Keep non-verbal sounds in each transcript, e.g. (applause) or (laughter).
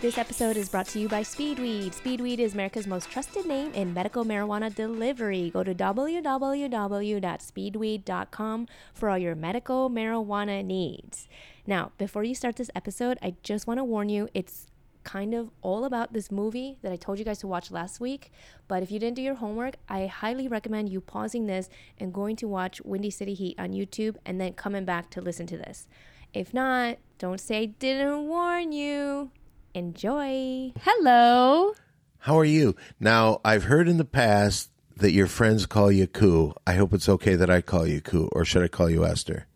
This episode is brought to you by Speedweed. Speedweed is America's most trusted name in medical marijuana delivery. Go to www.speedweed.com for all your medical marijuana needs. Now, before you start this episode, I just want to warn you it's kind of all about this movie that I told you guys to watch last week. But if you didn't do your homework, I highly recommend you pausing this and going to watch Windy City Heat on YouTube and then coming back to listen to this. If not, don't say I didn't warn you. Enjoy. Hello. How are you? Now, I've heard in the past that your friends call you Koo. I hope it's okay that I call you Koo, or should I call you Esther?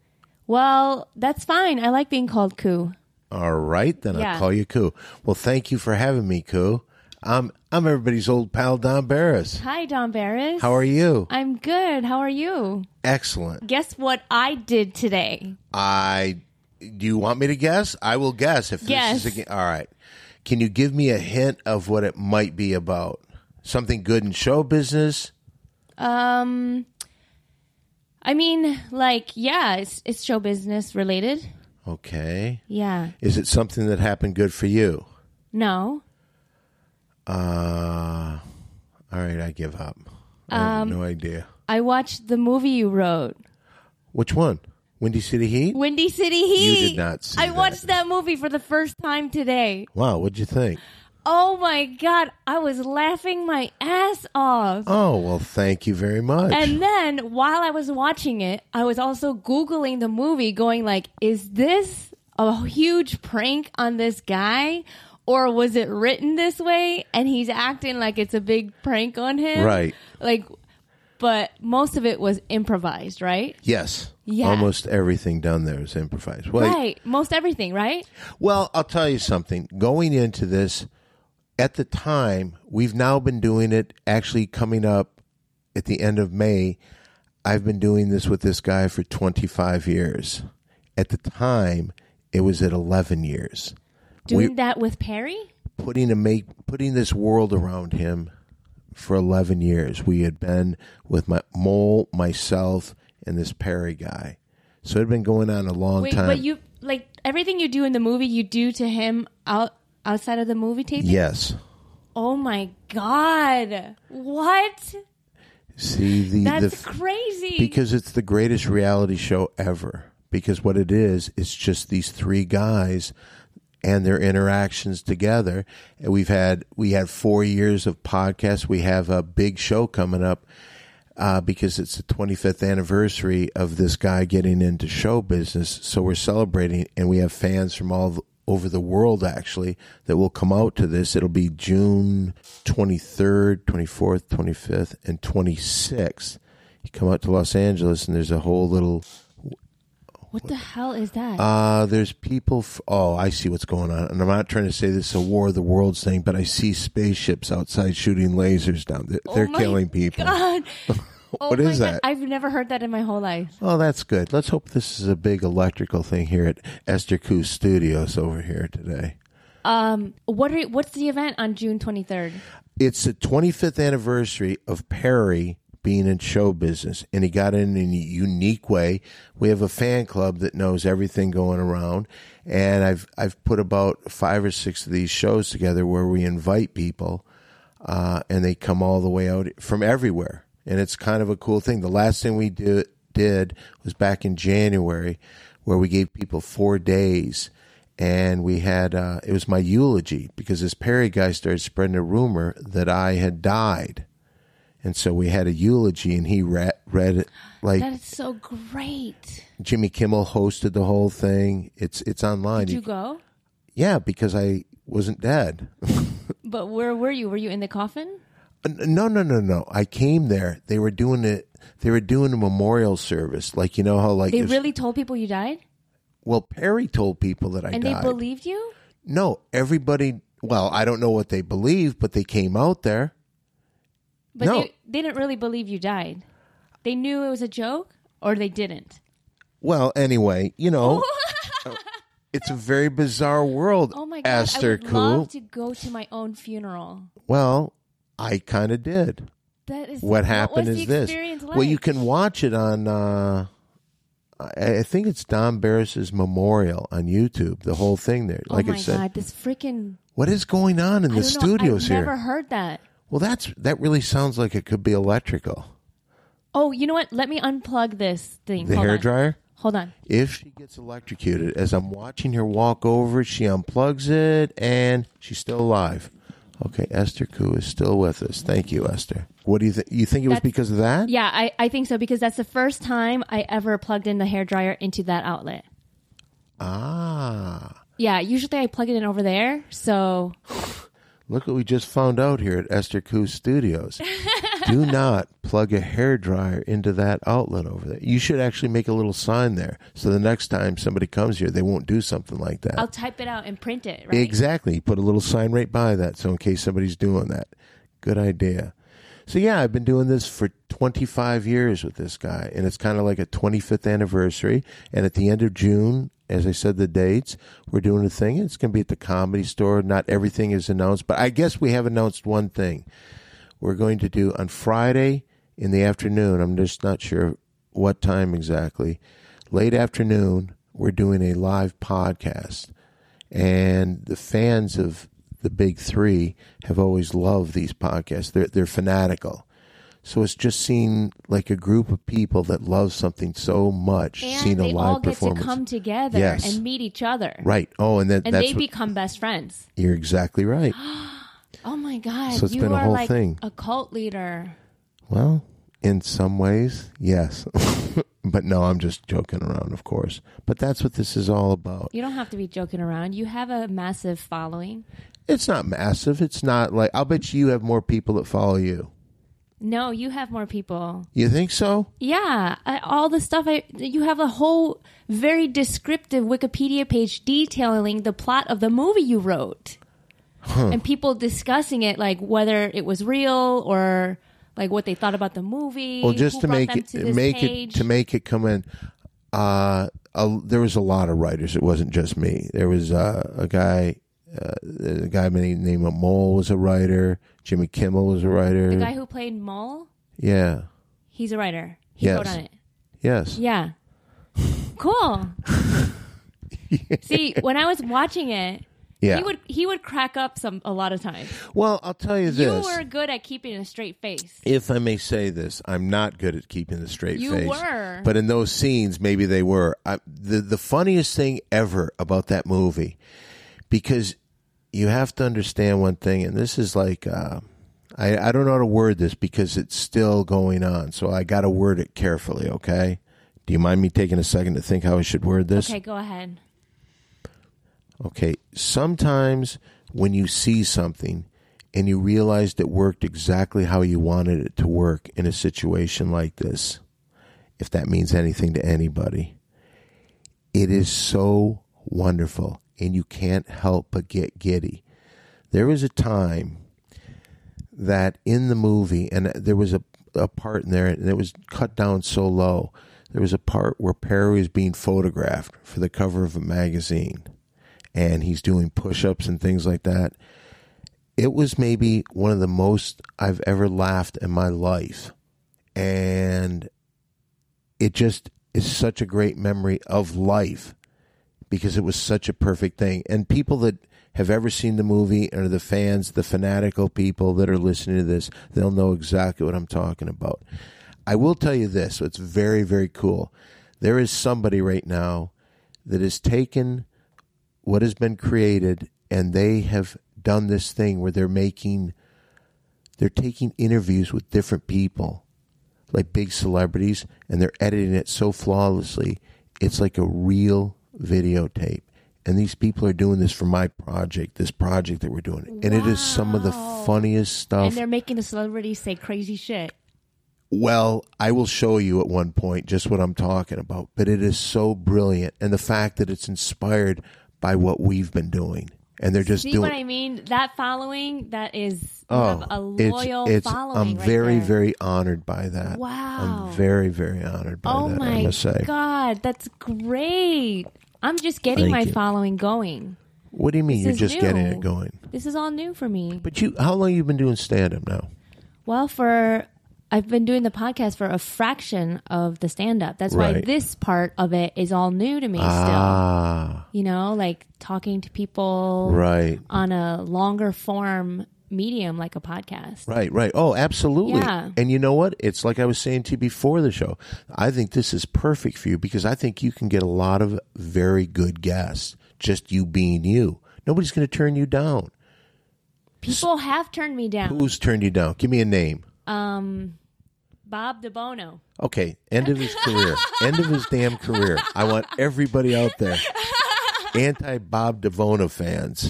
Well, that's fine. I like being called Koo. All right, then Yeah. I'll call you Koo. Well, thank you for having me, Koo. I'm I'm everybody's old pal Don Barris. Hi, Don Barris. How are you? I'm good. How are you? Excellent. Guess what I did today? I do you want me to guess? I will guess if Yes. this is a, ge- all right. Can you give me a hint of what it might be about? Something good in show business? Um, I mean, like, yeah, it's it's show business related. Okay. Yeah. Is it something that happened good for you? No. Uh, all right, I give up. I Um, have no idea. I watched the movie you wrote, Which one? Windy City Heat? Windy City Heat. did not see I that. watched that movie for the first time today. Wow, what'd you think? Oh my god, I was laughing my ass off. Oh, well, thank you very much. (laughs) And then while I was watching it, I was also googling the movie going like, is this a huge prank on this guy or was it written this way and he's acting like it's a big prank on him? Right. Like but most of it was improvised, right? yes. Yeah. Almost everything done there is improvised. Well, Right. Most everything, right? well, I'll tell you something. Going into this, at the time, we've now been doing it actually coming up at the end of May. I've been doing this with this guy for 25 years. At the time, it was at 11 years. Doing that with Perry? putting a make putting this world around him for 11 years we had been with my mole myself and this perry guy so it had been going on a long Wait, time but you like everything you do in the movie you do to him out outside of the movie taping? yes Oh my god. What? see the, the That's f- crazy. because it's the greatest reality show ever because what it is it's just these three guys and their interactions together and we've had we had four years of podcasts we have a big show coming up uh, because it's the 25th anniversary of this guy getting into show business so we're celebrating and we have fans from all th- over the world actually that will come out to this it'll be june 23rd 24th 25th and 26th you come out to Los Angeles and there's a whole little what the hell is that? uh there's people f- oh I see what's going on and I'm not trying to say this is a war of the worlds thing but I see spaceships outside shooting lasers down they're, Oh they're my killing (laughs) people (laughs) God. What oh my is God. that? I've never heard that in my whole life. oh that's good let's hope this is a big electrical thing here at Esther Koo Studios over here today Um, what are what's the event on June twenty third? it's the 25th anniversary of Perry being in show business, and he got in in a unique way. We have a fan club that knows everything going around, and I've I've put about five or six of these shows together where we invite people, uh, and they come all the way out from everywhere, and it's kind of a cool thing. The last thing we do, did was back in January, where we gave people four days and we had uh, it was my eulogy because this Perry guy started spreading a rumor that I had died, and so we had a eulogy, and he read read it like That is so great. Jimmy Kimmel hosted the whole thing. It's it's online. Did you You- go? yeah, because I wasn't dead. But where were you? Were you in the coffin? No, no, no, no. I came there. They were doing it. They were doing a memorial service, like you know how like They if- really told people you died, well Perry told people that I and they died. believed you. no, everybody. Well, I don't know what they believed, but they came out there. But No. they, they didn't really believe you died. They knew it was a joke, or they didn't. Well, anyway, (laughs) you know, it's a very bizarre world. Oh my god! I Esther would Koo. love to go to my own funeral. well, I kind of did. That is What happened was the is this. experience Like? Well, you can watch it on. Uh, I I think it's Don Barris's memorial on YouTube. The whole thing there, like oh my I said. god, this freaking What is going on in the I don't know. studios I've here? Never heard that. Well, that's that really sounds like it could be electrical. Oh, you know what? Let me unplug this thing. The Hold hair on. dryer. Hold on. If she gets electrocuted, as I'm watching her walk over, she unplugs it and she's still alive. Okay, Esther Koo is still with us. Thank you, Esther. What do you think? You think it was That's- because of that? Yeah, I, I think so because that's the first time I ever plugged in the hair dryer into that outlet. Ah, Yeah, usually I plug it in over there. So look what we just found out here at Esther (laughs) Koo Studios. do not plug a hairdryer into that outlet over there. You should actually make a little sign there so the next time somebody comes here, they won't do something like that. I'll type it out and print it, right? Exactly. You put a little sign right by that. So, in case somebody's doing that, good idea. So, yeah, I've been doing this for 25 years with this guy, and it's kind of like a 25th anniversary. And at the end of June, as I said, the dates, we're doing a thing. It's going to be at the comedy store. Not everything is announced, but I guess we have announced one thing. We're going to do on Friday in the afternoon. I'm just not sure what time exactly. Late afternoon, we're doing a live podcast and the fans of the big three have always loved these podcasts. They're they're fanatical. So it's just seen like a group of people that love something so much, And seen they a all live get to performance. come together Yes. and meet each other. right. Oh, and, that, And that's they what, become best friends. you're (gasps) exactly right. Oh my God. So it's you been a are whole like thing. a cult leader. Well, in some ways, yes. (laughs) but no, I'm just joking around, of course. But that's what this is all about. You don't have to be joking around. You have a massive following. It's not massive. It's not like I'll bet you have more people that follow you. No, you have more people. You think so? Yeah, I, all the stuff I you have a whole very descriptive Wikipedia page detailing the plot of the movie you wrote. And people discussing it like whether it was real or like what they thought about the movie. Well, just who to brought make them it this make page. it to make it come in, uh, a, there was a lot of writers. It wasn't just me. There was uh, a guy, uh, a guy by the name of Mole was a writer. Jimmy Kimmel was a writer. the guy who played Mole, yeah. he's a writer. He Yes. wrote on it. Yes. Yeah. (laughs) Cool. See, when I was watching it, Yeah. he would he would crack up some a lot of times. well, I'll tell you You this. were good at keeping a straight face. if I may say this, I'm not good at keeping a straight You face. were. but in those scenes, maybe they were. I, the the funniest thing ever about that movie, because you have to understand one thing, and this is like uh, I I don't know how to word this because it's still going on, so I got to word it carefully. Okay, do you mind me taking a second to think how I should word this? Okay, go ahead. Okay. Sometimes when you see something and you realize it worked exactly how you wanted it to work in a situation like this, if that means anything to anybody, it is so wonderful and you can't help but get giddy. There was a time that in the movie, and there was a, a part in there, and it was cut down so low. There was a part where Perry was being photographed for the cover of a magazine, and he's doing push ups and things like that. It was maybe one of the most I've ever laughed in my life. And it just is such a great memory of life because it was such a perfect thing. And people that have ever seen the movie and are the fans, the fanatical people that are listening to this, they'll know exactly what I'm talking about. I will tell you this, it's very, very cool. There is somebody right now that has taken what has been created and they have done this thing where they're making they're taking interviews with different people like big celebrities and they're editing it so flawlessly it's like a real videotape and these people are doing this for my project this project that we're doing and it is some of the funniest And stuff they're making the celebrities say crazy shit. well, I will show you at one point just what I'm talking about, but it is so brilliant. And the fact that it's inspired by what we've been doing. And they're just See doing what I mean? That following that is you Oh, have a it's- loyal it's, following. I'm right very, there. very honored by that. Wow. I'm very, very honored by Oh that, I my must say. god, that's great! I'm just getting Thank my you. following going. What do you mean This you're is just getting new. it going? This is all new for me. But you how long you been doing stand up now? Well, for I've been doing the podcast for a fraction of the stand up. That's why Right. this part of it is all new to me Ah, still. You know, like talking to people right. on a longer form medium like a podcast. Right, right. Oh, absolutely. Yeah. And you know what? It's like I was saying to you before the show. I think this is perfect for you because I think you can get a lot of very good guests just you being you. Nobody's going to turn you down. People have turned me down. Who's turned you down? Give me a name. Um Bob DeBono. (laughs) Okay, end of his career. end of his damn career. I want everybody out there anti Bob Devona fans.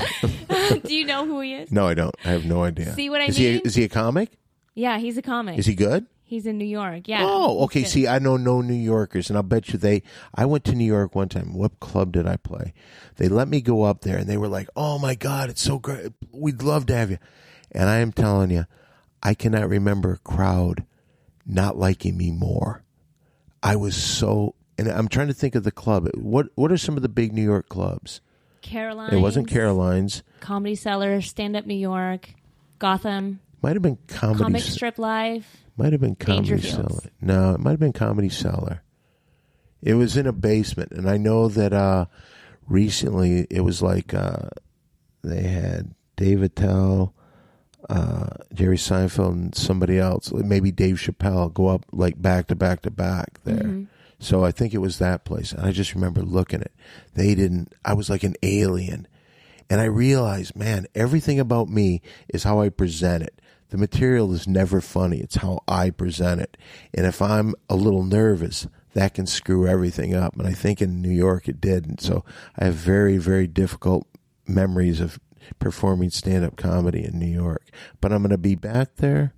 Do you know who he is? No, I don't. I have no idea. See what I is He mean? a, is he a comic? Yeah, he's a comic. Is he good? He's in New York. Yeah. Oh, okay. See, I know no New Yorkers, and I'll bet you they. I went to New York one time. What club did I play? They let me go up there, and they were like, "Oh my God, it's so great. We'd love to have you." And I am telling you, I cannot remember a crowd not liking me more. I was so, and I'm trying to think of the club. What What are some of the big New York clubs? Caroline. It wasn't Caroline's. Comedy Cellar, Stand Up New York, Gotham, Might have been comedy. Comic Strip Live. Might have been comedy Dangerfields. cellar. No, it might have been comedy cellar. It was in a basement, and I know that uh, recently it was like uh, they had Dave Attell, uh, Jerry Seinfeld, and somebody else, like maybe Dave Chappelle, go up like back to back to back there. So I think it was that place, and I just remember looking at. They didn't. I was like an alien. And I realized, man, everything about me is how I present it. The material is never funny. It's how I present it. And if I'm a little nervous, that can screw everything up. And I think in New York it did. And so I have very, very difficult memories of performing stand up comedy in New York. But I'm going to be back there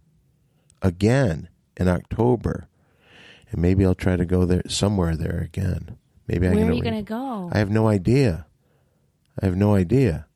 again in October. And maybe I'll try to go there somewhere there again. Maybe I Where can are you arrange- going to go? I have no idea. I have no idea.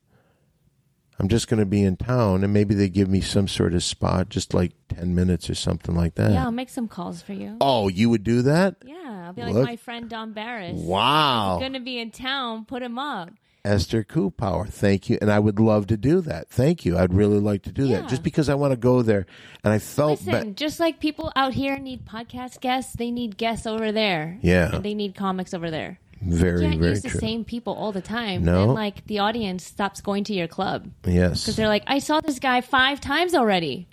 I'm just going to be in town, and maybe they give me some sort of spot, just like ten minutes or something like that. yeah, I'll make some calls for you. Oh, you would do that? Yeah, I'll be like Look. my friend Don Barris. Wow, Going to be in town. Put him up. Esther Kupower, thank you, and I would love to do that. Thank you, I'd really like to do Yeah. that, just because I want to go there, and I felt Listen, ba- just like people out here need podcast guests, they need guests over there. Yeah. And they need comics over there. You very, can't very use the true. same people all the time. No. Then, like, the audience stops going to your club. yes. They're like, I saw this guy five times already.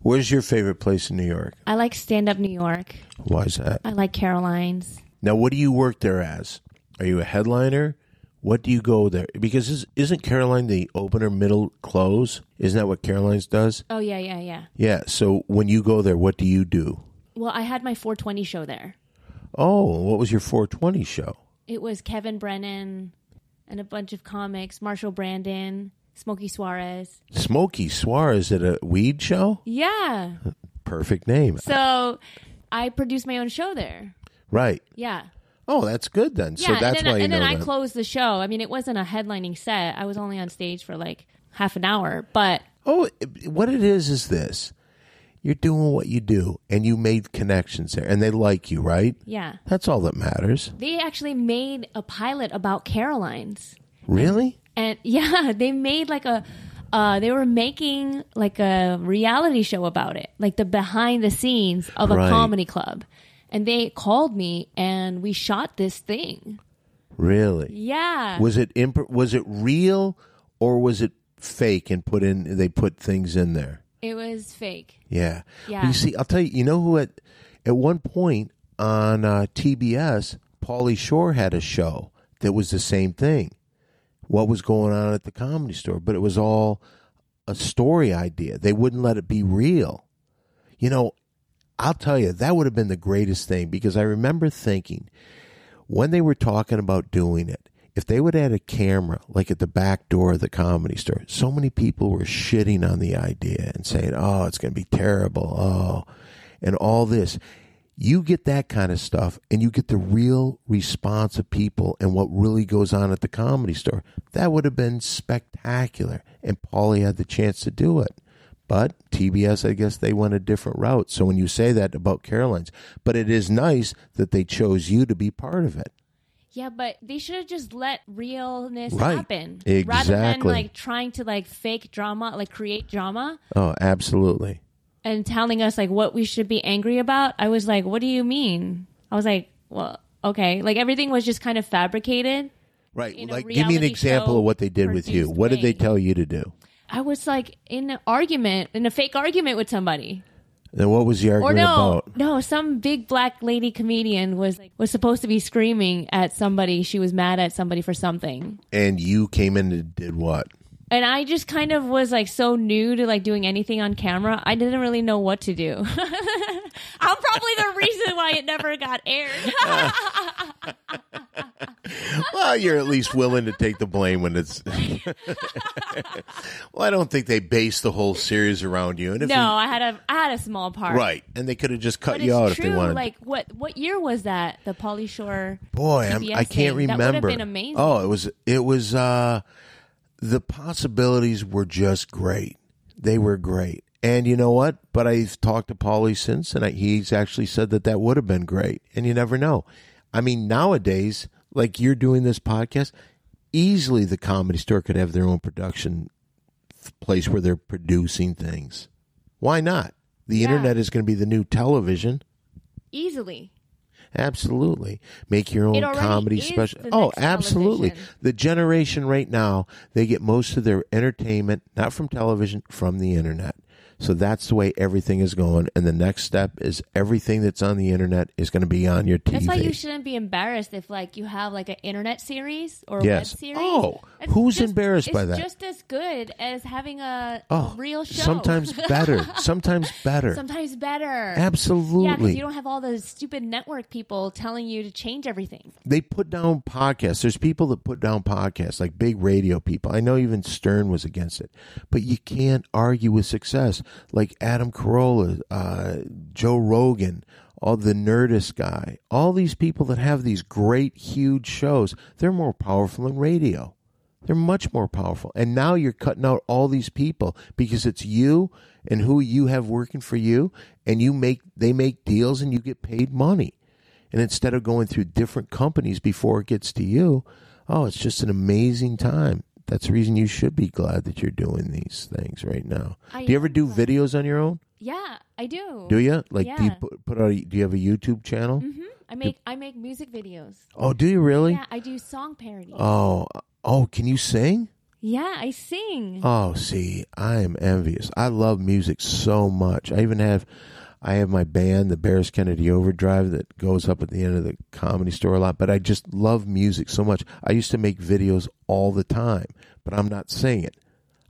Where's your favorite place in New York? I like Stand Up New York. Why is that? I like Caroline's. Now, what do you work there as? Are you a headliner? What do you go there? Because is, isn't Caroline the opener, middle, close? Isn't that what Caroline's does? Oh, yeah, yeah, yeah. Yeah. So when you go there, what do you do? Well, I had my 420 show there. Oh, what was your 420 show? It was Kevin Brennan and a bunch of comics, Marshall Brandon, Smokey Suarez. Smokey Suarez at a weed show? Yeah. (laughs) Perfect name. So I produced my own show there. Right. Yeah. Oh, that's good then. Yeah. so that's and then, why I, you and know then I that. closed the show. I mean, it wasn't a headlining set. I was only on stage for like half an hour, but Oh, it- what it is is this. You're doing what you do and you made connections there and they like you, right? yeah. That's all that matters. They actually made a pilot about Caroline's. Really? and (laughs) yeah they made like a uh, they were making like a reality show about it like the behind the scenes of a Right. comedy club and they called me and we shot this thing Really? yeah Was it imp- was it real or was it fake and put in they put things in there? it was fake Yeah. Yeah. Well, you see, I'll tell you, you know who at at one point on uh, TBS, Paulie Shore had a show that was the same thing. What was going on at the comedy store, but it was all a story idea. They wouldn't let it be real. You know, I'll tell you, that would have been the greatest thing because I remember thinking when they were talking about doing it, if they would add a camera like at the back door of the comedy store, so many people were shitting on the idea and saying, oh, it's going to be terrible. Oh, and all this. You get that kind of stuff and you get the real response of people and what really goes on at the comedy store. That would have been spectacular. And Paulie had the chance to do it. But TBS, I guess they went a different route. So when you say that about Caroline's, but it is nice that they chose you to be part of it. yeah but they should have just let realness Right. happen rather than Exactly. like trying to like fake drama like create drama Oh, absolutely. and telling us like what we should be angry about, I was like, "What do you mean?" I was like, "Well, okay." Like everything was just kind of fabricated. Right. in a Like, give me an reality example show of what they did with you. produced What did they way. tell you to do? I was like in an argument, in a fake argument with somebody. And what was the Or argument no, about? no, some big black lady comedian was like, was supposed to be screaming at somebody. She was mad at somebody for something, And you came in and did what? and I just kind of was like so new to like doing anything on camera. I didn't really know what to do. (laughs) I'm probably the reason why it never got aired. (laughs) Well, you're at least willing to take the blame when it's. (laughs) well, I don't think they based the whole series around you. And if no, I had a I had a small part. you, right, and they could have just cut But you it's out true. if they wanted. Like what what year was that? The Polly Shore. Boy, I'm, TBS I can't thing. That remember. would've been amazing. Oh, it was. It was. uh The possibilities were just great. They were great. And you know what? But I've talked to Paulie since, and I, he's actually said that that would have been great. And you never know. I mean, nowadays, like you're doing this podcast, easily the comedy store could have their own production place where they're producing things. Why not? The internet is going to be the new television. Easily. Absolutely. Make your own already comedy is special. the Oh, next absolutely. television. The generation right now, they get most of their entertainment not from television, from the internet. So that's the way everything is going. And the next step is everything that's on the internet is going to be on your TV. That's why you shouldn't be embarrassed if like you have like an internet series or a Yes. web series. Oh, It's who's embarrassed by it's that? just as good as having a oh, real show. (laughs) Sometimes better. Sometimes better. sometimes better. Yeah, because Absolutely. you don't have all those stupid network people telling you to change everything. they put down podcasts. There's people that put down podcasts, like big radio people. I know even Stern was against it, but you can't argue with success. Like Adam Carolla, uh, Joe Rogan, all the Nerdist guy, all these people that have these great, huge shows, they're more powerful than radio. They're much more powerful. And now you're cutting out all these people because it's you and who you have working for you, and you make they make deals and you get paid money. And instead of going through different companies before it gets to you, oh, it's just an amazing time. That's the reason you should be glad that you're doing these things right now. I do you ever am do glad. videos on your own? Yeah, I do. Do you like do you Yeah. put, put out? a- Do you have a YouTube channel? I make I make music videos. Oh, do you really? Yeah, I do song parodies. Oh, oh, can you sing? yeah, I sing. Oh, see, I am envious. I love music so much. I even have, I have my band, the Bears Kennedy Overdrive, that goes up at the end of the comedy store a lot. But I just love music so much. I used to make videos all the time, but I'm not singing.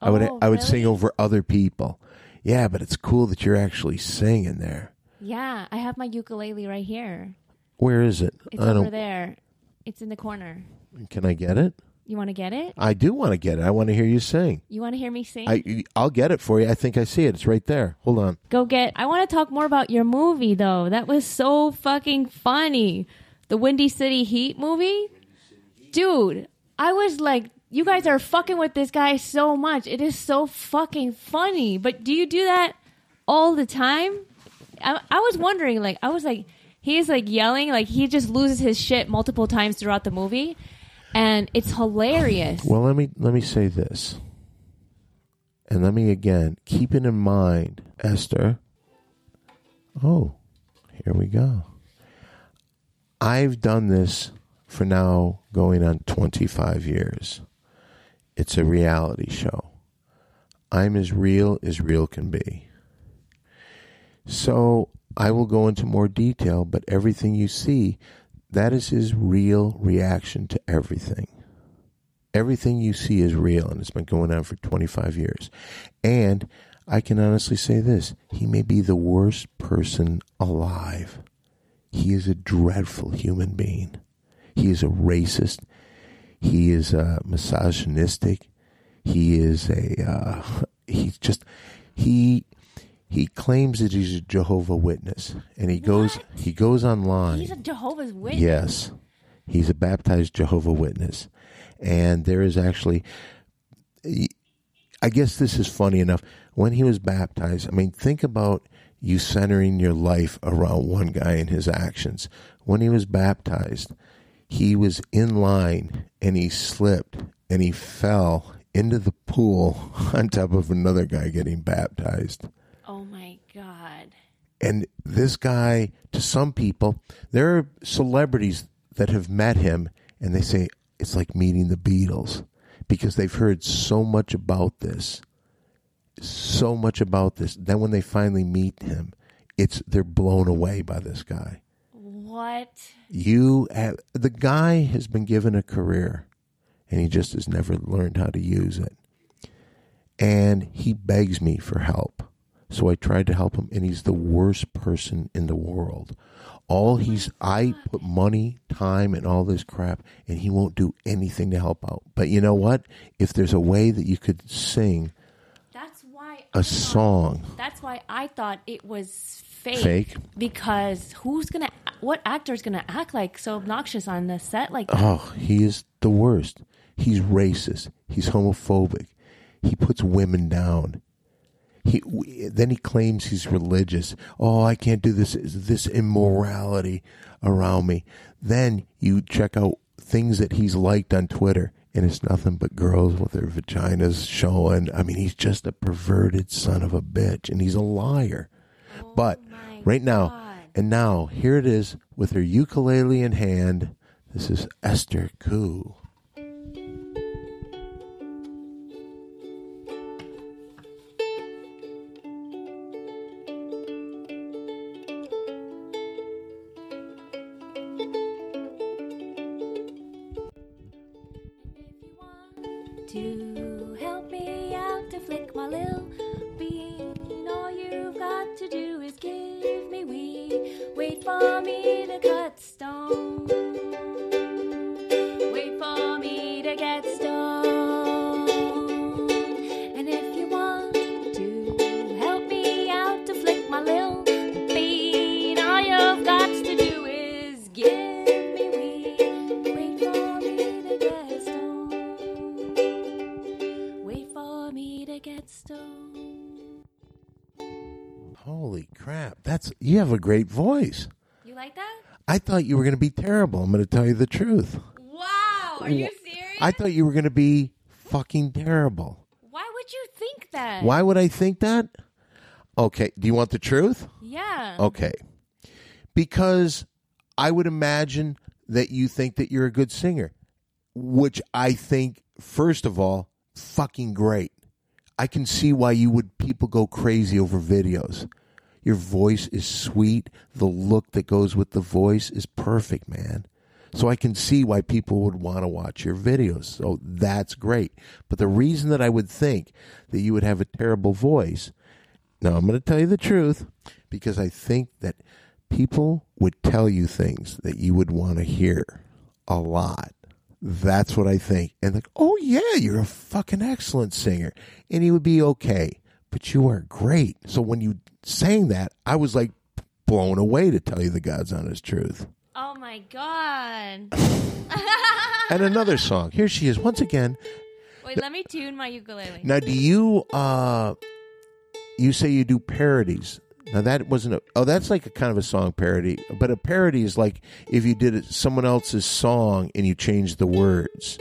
I would, Oh, I would sing really? over other people. Yeah, but it's cool that you're actually singing there. Yeah, I have my ukulele right here. Where is it? It's I over don't. there. It's in the corner. Can I get it? You want to get it? I do want to get it. I want to hear you sing. You want to hear me sing? I, I'll get it for you. I think I see it. It's right there. Hold on. Go get. I want to talk more about your movie though. That was so fucking funny. The Windy City Heat movie? Dude, I was like you guys are fucking with this guy so much. It is so fucking funny. But do you do that all the time? I, I was wondering like I was like he's like yelling like he just loses his shit multiple times throughout the movie and it's hilarious. Well, let me let me say this, and let me again keeping in mind, Esther. Oh, here we go. I've done this for now going on twenty five years. It's a reality show. I'm as real as real can be. So I will go into more detail, but everything you see, that is his real reaction to everything everything you see is real and it's been going on for 25 years and i can honestly say this he may be the worst person alive he is a dreadful human being he is a racist he is uh, misogynistic he is a uh, (laughs) he's just he he claims that he's a jehovah witness and he goes he goes online He's a Jehovah's Witness. Yes. He's a baptized Jehovah Witness. And there is actually I guess this is funny enough. When he was baptized, I mean, think about you centering your life around one guy and his actions. When he was baptized, he was in line and he slipped and (laughs) he fell into the pool on top of another guy getting baptized. Oh my god. And this guy, to some people, there are celebrities that have met him and they say it's like meeting the Beatles because they've heard so much about this. So much about this. Then when they finally meet him, it's they're blown away by this guy. What? You have, the guy has been given a career and he just has never learned how to use it. And he begs me for help. So I tried to help him and he's the worst person in the world. All he's I put money, time and all this crap and he won't do anything to help out. But you know what? If there's a way that you could sing That's why I a thought- song That's why I thought it was fake. Fake? Because who's gonna? What actor's gonna act like so obnoxious on the set? Like Oh, he is the worst. He's racist. He's homophobic. He puts women down. He w- then he claims he's religious. Oh, I can't do this. This immorality around me. Then you check out things that he's liked on Twitter, and it's nothing but girls with their vaginas showing. I mean, he's just a perverted son of a bitch, and he's a liar. but Oh my right now, God. and now here it is with her ukulele in hand. This is Esther Koo. to help me out to flick my lil bean. All you've got to do is give me weed. Wait for me to cut stone. Wait for me to get stoned. And if you want to help me out to flick my lil bean, all you've got to do is give me weed. Wait for me to get stoned. Wait for me to get stoned. Holy crap! That's you have a great voice. You like that? I thought you were going to be terrible. I'm going to tell you the truth. Wow, are you serious? I thought you were going to be fucking terrible. Why would you think that? Why would I think that? Okay, do you want the truth? Yeah. Okay. Because I would imagine that you think that you're a good singer, which I think, first of all, fucking great. I can see why you would people go crazy over videos. Your voice is sweet. The look that goes with the voice is perfect, man. So I can see why people would want to watch your videos. So that's great. But the reason that I would think that you would have a terrible voice now, I'm going to tell you the truth because I think that people would tell you things that you would want to hear a lot. That's what I think. And like, oh, yeah, you're a fucking excellent singer. And he would be okay, but you are great. So when you sang that, I was like blown away to tell you the God's honest truth. Oh my god. And another song. Here she is once again. Wait, let me tune my ukulele. Now, do you uh, you say you do parodies? Now that wasn't a oh, that's like a kind of a song parody, but a parody is like if you did someone else's song and you change the words.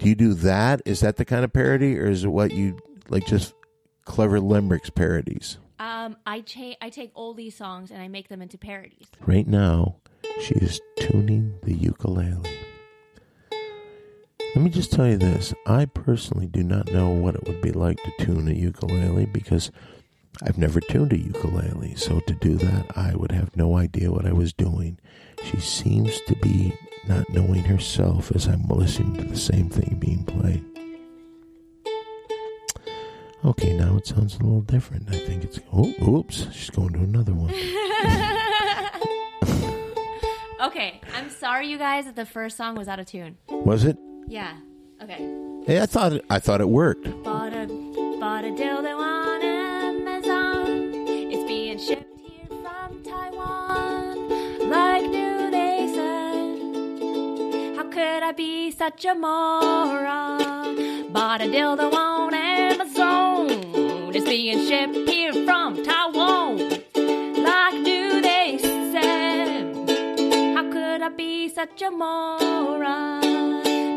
Do you do that? Is that the kind of parody, or is it what you like just clever limericks parodies? Um, I cha- I take oldie songs and I make them into parodies. Right now, she is tuning the ukulele. Let me just tell you this I personally do not know what it would be like to tune a ukulele because I've never tuned a ukulele. So to do that, I would have no idea what I was doing. She seems to be not knowing herself as I'm listening to the same thing being played. Okay, now it sounds a little different. I think it's. Oh, oops. She's going to another one. Okay, I'm sorry you guys that the first song was out of tune. Was it? Yeah. Okay. Hey, I thought it, I thought it worked. Bought a bought a dildo on Amazon. It's being shipped here from Taiwan. Like new they said. How could I be such a moron? Bought a dildo on Amazon. It's being shipped here from Taiwan. Like new they said. How could I be such a moron?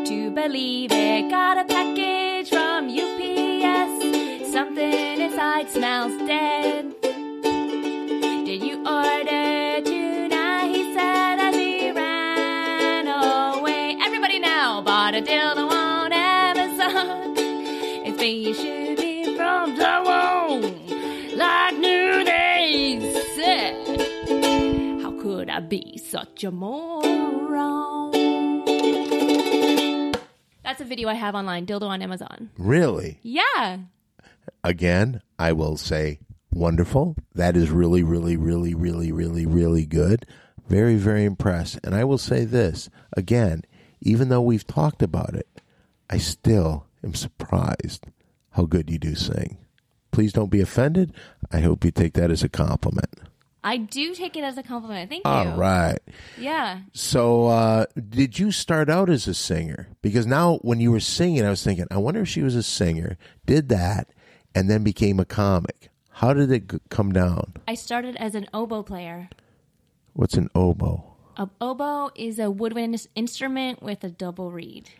To believe it got a package from UPS. So Something inside smells dead. Did you order tonight? He said as he ran away. Everybody now bought a dildo on Amazon. It's me, you should be from Taiwan. Like new days said. How could I be such a moron? That's a video I have online, dildo on Amazon. Really? Yeah. Again, I will say wonderful. That is really, really, really, really, really, really good. Very, very impressed. And I will say this again, even though we've talked about it, I still am surprised how good you do sing. Please don't be offended. I hope you take that as a compliment. I do take it as a compliment. Thank you. All right. Yeah. So, uh, did you start out as a singer? Because now, when you were singing, I was thinking, I wonder if she was a singer, did that, and then became a comic. How did it g- come down? I started as an oboe player. What's an oboe? A oboe is a woodwind ins- instrument with a double reed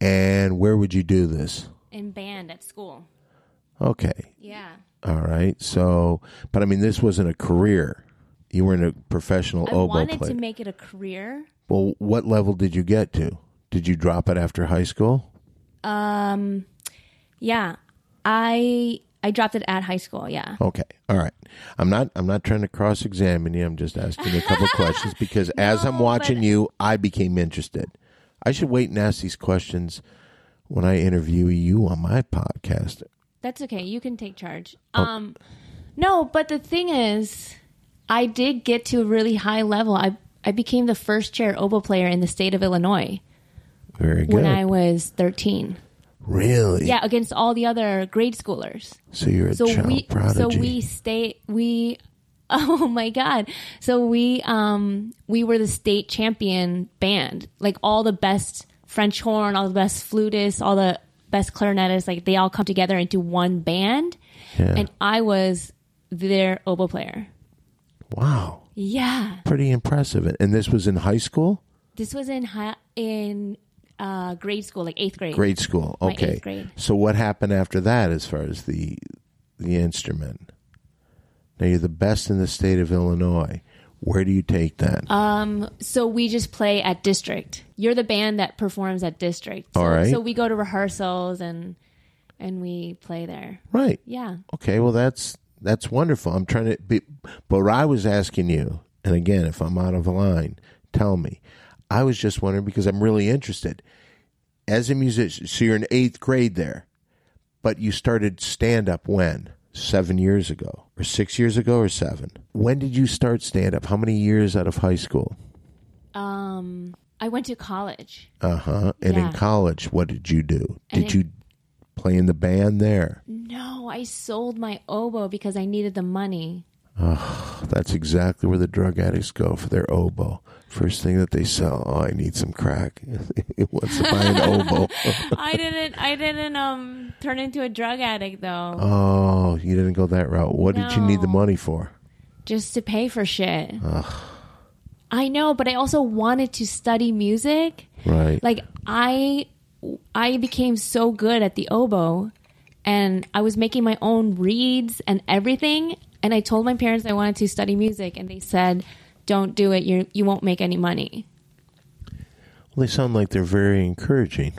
And where would you do this? in band at school. Okay. Yeah. All right. So, but I mean, this wasn't a career. You weren't a professional I oboe wanted to player. make it a career. well, what level did you get to? Did you drop it after high school? Um yeah. I I dropped it at high school, yeah. Okay. All right. I'm not I'm not trying to cross examine you. I'm just asking a (laughs) couple questions because as I'm watching you, I became interested. I should wait and ask these questions when I interview you on my podcast. That's okay. You can take charge. Um No, but the thing is I did get to a really high level. I I became the first chair oboe player in the state of Illinois Very good. when I was 13. really? Yeah, against all the other grade schoolers. So you're a so child we prodigy. so we state we (laughs) oh my god so we um we were the state champion band like all the best french horn all the best flutists all the best clarinetists like they all come together into one band Yeah. and i was their oboe player wow. yeah Pretty impressive. And- And this was in high school? this was in high in uh grade school like eighth grade Grade school. Okay. eighth grade. So what happened after that as far as the the instrument? Now you're the best in the state of Illinois. Where do you take that? Uh, so we just play at district. You're the band that performs at district. So, All right. So we go to rehearsals and and we play there. right. Yeah. Okay, well that's that's wonderful. I'm trying to be, but what I was asking you, and again, if I'm out of line, tell me. I was just wondering because I'm really interested. As a musician, so you're in eighth grade there, but you started stand up when? Seven years ago, or six years ago, or seven? When did you start stand up? How many years out of high school? Um I went to college. Uh huh. And Yeah. in college, what did you do? And Did in- you play in the band there? No, I sold my oboe because I needed the money. That's exactly where the drug addicts go for their oboe. First thing that they sell, oh, I need some crack. (laughs) it wants to buy an (laughs) oboe. (laughs) I didn't I didn't um turn into a drug addict though. Oh, you didn't go that route. What did you need the No. money for? just to pay for shit. I know, but I also wanted to study music. Right. like i i became so good at the oboe and i was making my own reeds and everything and i told my parents i wanted to study music and they said don't do it you you won't make any money well, they sound like they're very encouraging.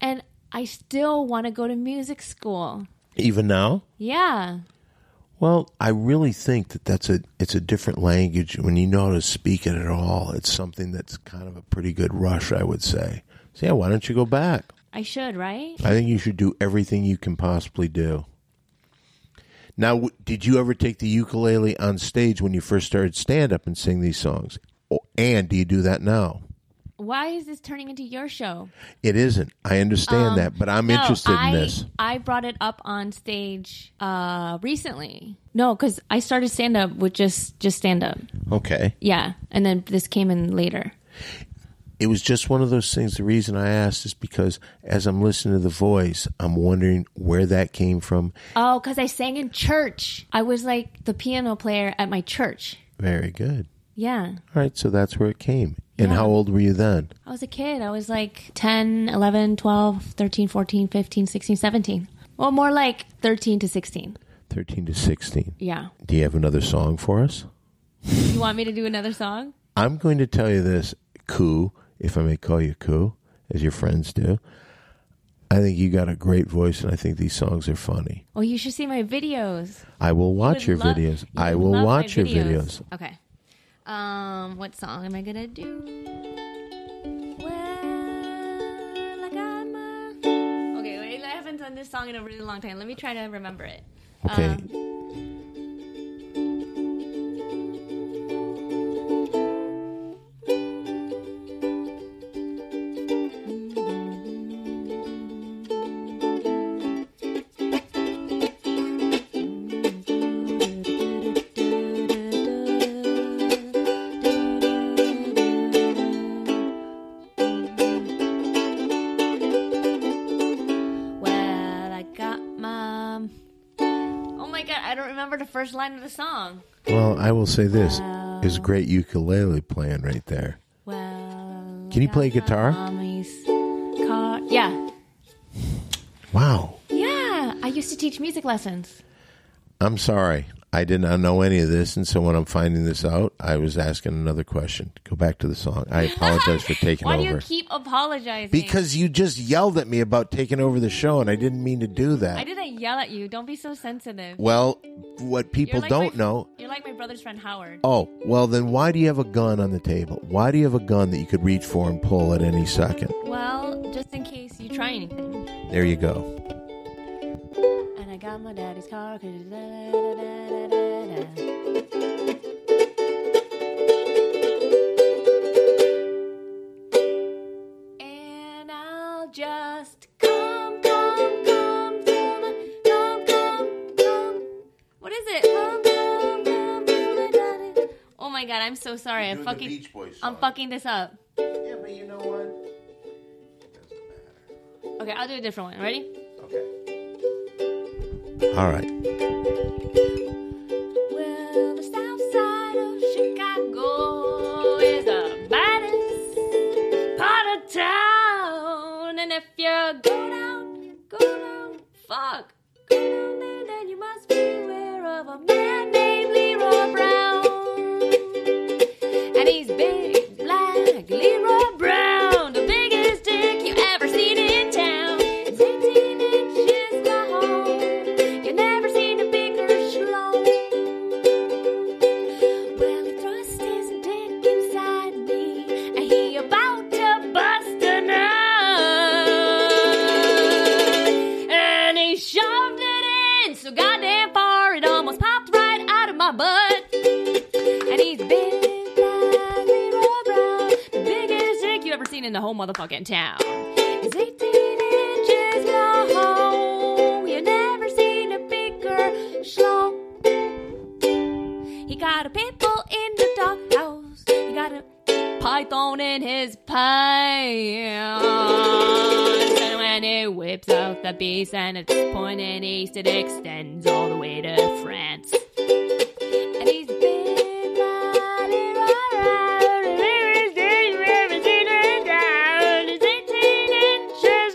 and i still want to go to music school Even now? yeah Well, I really think that that's a it's a different language when you know how to speak it at all. It's something that's kind of a pretty good rush, I would say. So yeah, why don't you go back? i should right I think you should do everything you can possibly do. Now, w- did you ever take the ukulele on stage when you first started stand up and sing these songs? O- And do you do that now? why is this turning into your show It isn't. I understand that, but I'm Um, No, interested I, in this. I brought it up on stage uh recently no because i started stand up with just just stand up Okay. Yeah, and then this came in later. It was just one of those things. The reason I asked is because as I'm listening to the voice, I'm wondering where that came from. Oh, because I sang in church. I was like the piano player at my church. Very good. Yeah. All right, so that's where it came. And how old were you then? I was a kid. I was like 10, 11, 12, 13, 14, 15, 16, 17. Well, more like 13 to 16. 13 to 16. Yeah. Do you have another song for us? You want me to do another song? I'm going to tell you this, Koo, if I may call you Koo, as your friends do. I think you got a great voice, and I think these songs are funny. Well, you should see my videos. I will would watch your love- videos. you I would will love my watch your videos. Okay. Um, what song am I gonna do? Well, I got my. Okay, wait. I haven't done this song in a really long time. Let me try to remember it. Okay. Um, Well, I got my. Oh my god, I don't remember the first line of the song. well, I will say this is great ukulele playing right there. Well, Can you play got my guitar? Mommy's car. Yeah, Wow. yeah. I used to teach music lessons. I'm sorry. I did not know any of this, and so when I'm finding this out, I was asking another question. Go back to the song. I (laughs) apologize for taking Why do over. you keep apologizing? because you just yelled at me about taking over the show, and I didn't mean to do that. I didn't yell at you. Don't be so sensitive. Well, what people You're like don't my- know. You're like my brother's friend Howard. Oh, well, then why do you have a gun on the table? Why do you have a gun that you could reach for and pull at any second? Well, just in case you try anything. There you go. And I got my daddy's car. 'cause da, da, da, da, da, da, da. And I'll just come, come, come, to my- come, come, come. What is it? Come, come, come to my daddy. Oh my god, I'm so sorry. I'm fucking, I'm fucking this up. Yeah, but you know what? Okay, I'll do a different one. Ready? Okay. All right. Well, the south side of Chicago is the baddest part of town. And if you go down, go down, fuck, go down there, then you must be aware of a man named Leroy Brown. And he's big, black, Leroy Brown, the biggest dick you ever seen in town. It's 18 inches long. You never seen a bigger schlong. Well, he thrust his dick inside me, and he about to bust a nut. And he shoved it in so goddamn far, it almost popped right out of my butt. And he's big, black, Leroy Brown, the biggest dick you ever seen in the whole motherfucking town. He's 18 inches long. You never seen a bigger schlong. He got a pitbull in the doghouse. He got a python in his pants. And when he whips out the beast and it's pointing east, it extends all the way to France. And he's been riding around and every day you ever seen him down. He's 18 inches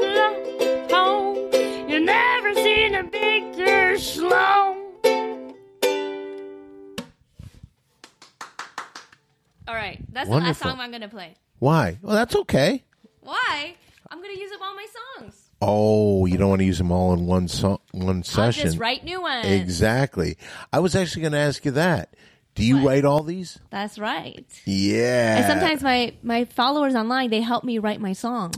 long. You never seen a bigger schlong. All right, that's the Wonderful. last song I'm gonna play. Why? Well, that's okay. Why? I'm gonna use up all my songs. Oh, you don't want to use them all in one so- one I'll session. just write new ones. Exactly. I was actually going to ask you that. Do you write all these? That's right. Yeah. And sometimes my my followers online they help me write my song.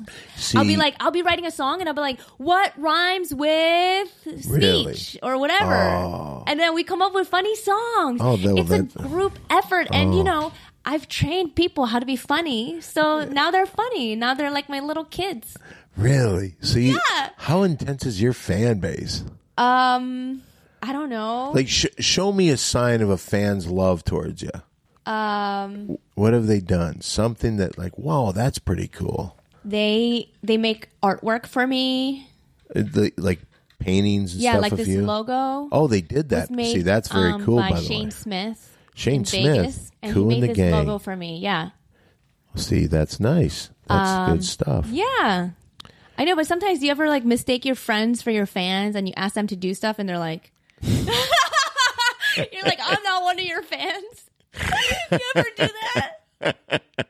I'll See, be like, I'll be writing a song, and I'll be like, what rhymes with speech Really? or whatever, Oh. and then we come up with funny songs. Oh, that- it's that- Oh. a group effort, and you know, I've trained people how to be funny, so now they're funny. Now they're like my little kids. really? See, Yeah. how intense is your fan base? Um, I don't know. Like, sh- show me a sign of a fan's love towards you. um, What have they done? Something that, like, wow, that's pretty cool. they they make artwork for me. Uh, the- like paintings and Yeah, stuff like of this you. logo. Oh, they did that. was made, See, that's very um, cool. by, By, the Shane way, Smith. Shane in Smith, Vegas, and Cool he in made the this Gang. logo for me. Yeah. um, See, that's nice. That's good stuff. Yeah. I I know, but sometimes do you ever like mistake your friends for your fans and you ask them to do stuff and they're like, (laughs) you're like, I'm not one of your fans. (laughs) you ever do that?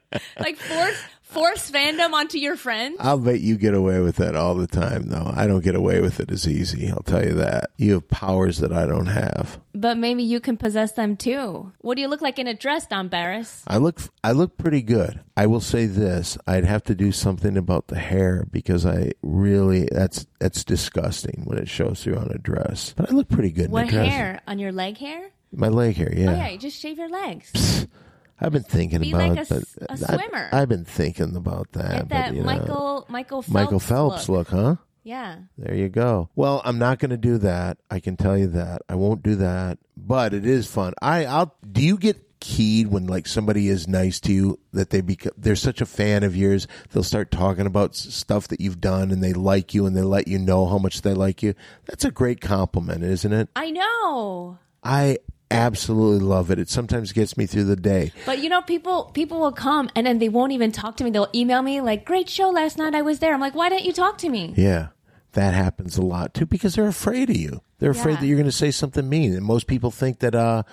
(laughs) like force force fandom onto your friends. I'll bet you get away with that all the time, though. I don't get away with it as easy. I'll tell you that. You have powers that I don't have. But maybe you can possess them too. What do you look like in a dress, Don Barris? I look, I look pretty good. I will say this: I'd have to do something about the hair because I really that's that's disgusting when it shows through on a dress. But I look pretty good. What in a dress. hair? On your leg hair? My leg hair. Yeah. Oh yeah, you just shave your legs. I've been thinking Be about like a that. s- a swimmer. I, have been thinking about that. Get but, that you know, Michael Michael Phelps Michael Phelps look. look, huh? Yeah. There you go. Well, I'm not going to do that. I can tell you that. I won't do that. But it is fun. I I'll do you get keyed when like somebody is nice to you that they become they're such a fan of yours they'll start talking about s- stuff that you've done and they like you and they let you know how much they like you that's a great compliment isn't it I know. i absolutely love it it sometimes gets me through the day But you know, people people will come and then they won't even talk to me. They'll email me like, "Great show last night. I was there." I'm like, "Why didn't you talk to me?" Yeah, that happens a lot too because they're afraid of you. They're afraid Yeah. that you're going to say something mean. And most people think that, uh,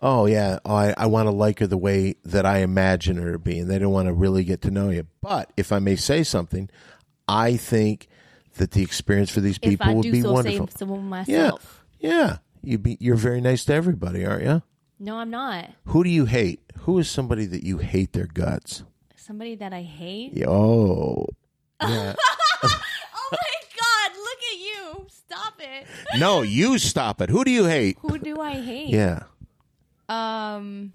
oh yeah, oh, I, I want to like her the way that I imagine her to be, and they don't want to really get to know you. But if I may say something, I think that the experience for these If people I would do be so wonderful. say so myself. yeah, yeah. You be you're very nice to everybody, aren't you? No, I'm not. Who do you hate? Who is somebody that you hate their guts? Somebody that I hate. Yeah, Oh, yeah. Oh my god, look at you. Stop it. no, you stop it. Who do you hate? Who do I hate? Yeah. Um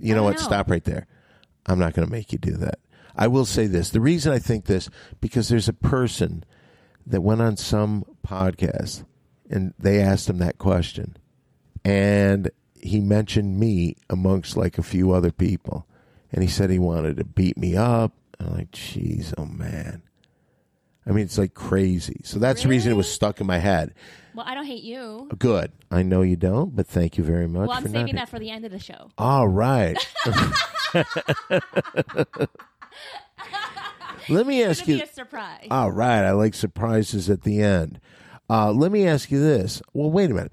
you know I what? know. Stop right there. I'm not going to make you do that. I will say this. The reason I think this because there's a person that went on some podcast and they asked him that question, and he mentioned me amongst like a few other people, and he said he wanted to beat me up. I'm like, jeez, oh man. I mean, it's like crazy. So that's the reason it was stuck in my head. well, I don't hate you. Good. I know you don't, but thank you very much. Well, I'm for saving not that for the end of the show. (laughs) all right. Let me It's ask going you. to be a surprise. All right, I like surprises at the end. Uh, let me ask you this. Well, wait a minute.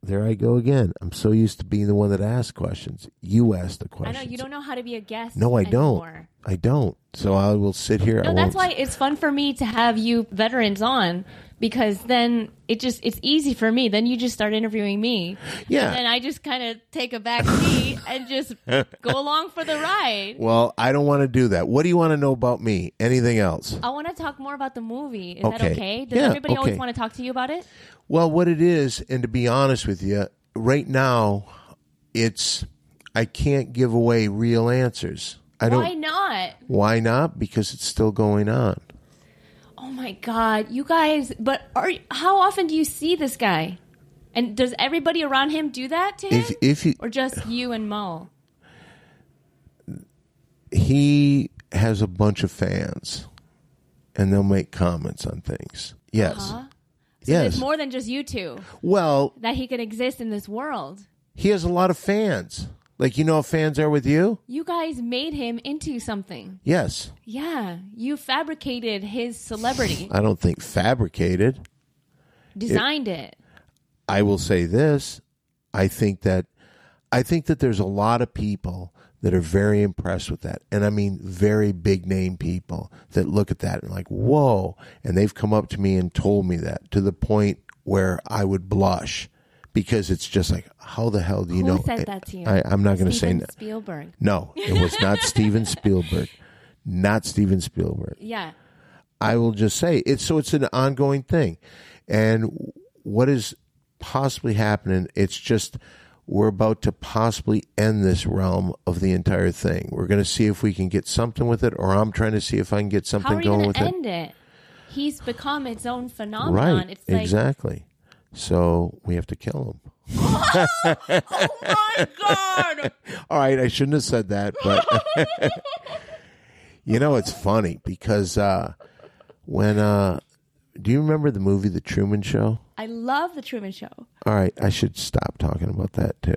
There I go again. I'm so used to being the one that asks questions. You ask the I questions. know you don't know how to be a guest. No, I anymore. don't. I don't. So I will sit here. I No, that's won't- why it's fun for me to have you veterans on because then it just it's easy for me. Then you just start interviewing me. Yeah. And then I just kind of take a back seat and (laughs) just go along for the ride. Well, I don't want to do that. What do you want to know about me? Anything else? I want to talk more about the movie. Is that Okay. okay? Does Yeah, everybody always okay. want to talk to you about it? Well, what it is, and to be honest with you, right now, it's I can't give away real answers. I don't. Why not? Why not? Because it's still going on. Oh my god, you guys! But are how often do you see this guy? And does everybody around him do that to him, If if he, or just you and Mo? he has a bunch of fans, and they'll make comments on things. Yes. It's yes. Uh-huh. more than just you two well, that he can exist in this world. he has a lot of fans. Like you know, how fans are with you. You guys made him into something. Yes. Yeah, you fabricated his (laughs) celebrity, I don't think fabricated. designed it. I will say this: I think that I think that there's a lot of people that are very impressed with that, and I mean very big name people that look at that and like, whoa! And they've come up to me and told me that to the point where I would blush because it's just like, how the hell do you Who know? said that to you? I, I'm not going to say Steven n- Spielberg. no. It was (laughs) not Steven Spielberg, not Steven Spielberg. Yeah, I will just say it's so it's an ongoing thing. And what is possibly happening, it's just we're about to possibly end this realm of the entire thing. We're going to see if we can get something with it, or I'm trying to see if I can get how something are you going going with to it. end it? He's become its own phenomenon. Right. It's like, exactly. So we have to kill (laughs) him. oh my god! (laughs) All right, I shouldn't have said that, but (laughs) you know it's funny because uh, when uh, do you remember the movie The Truman Show? I love the Truman Show. All right, I should stop talking about that too.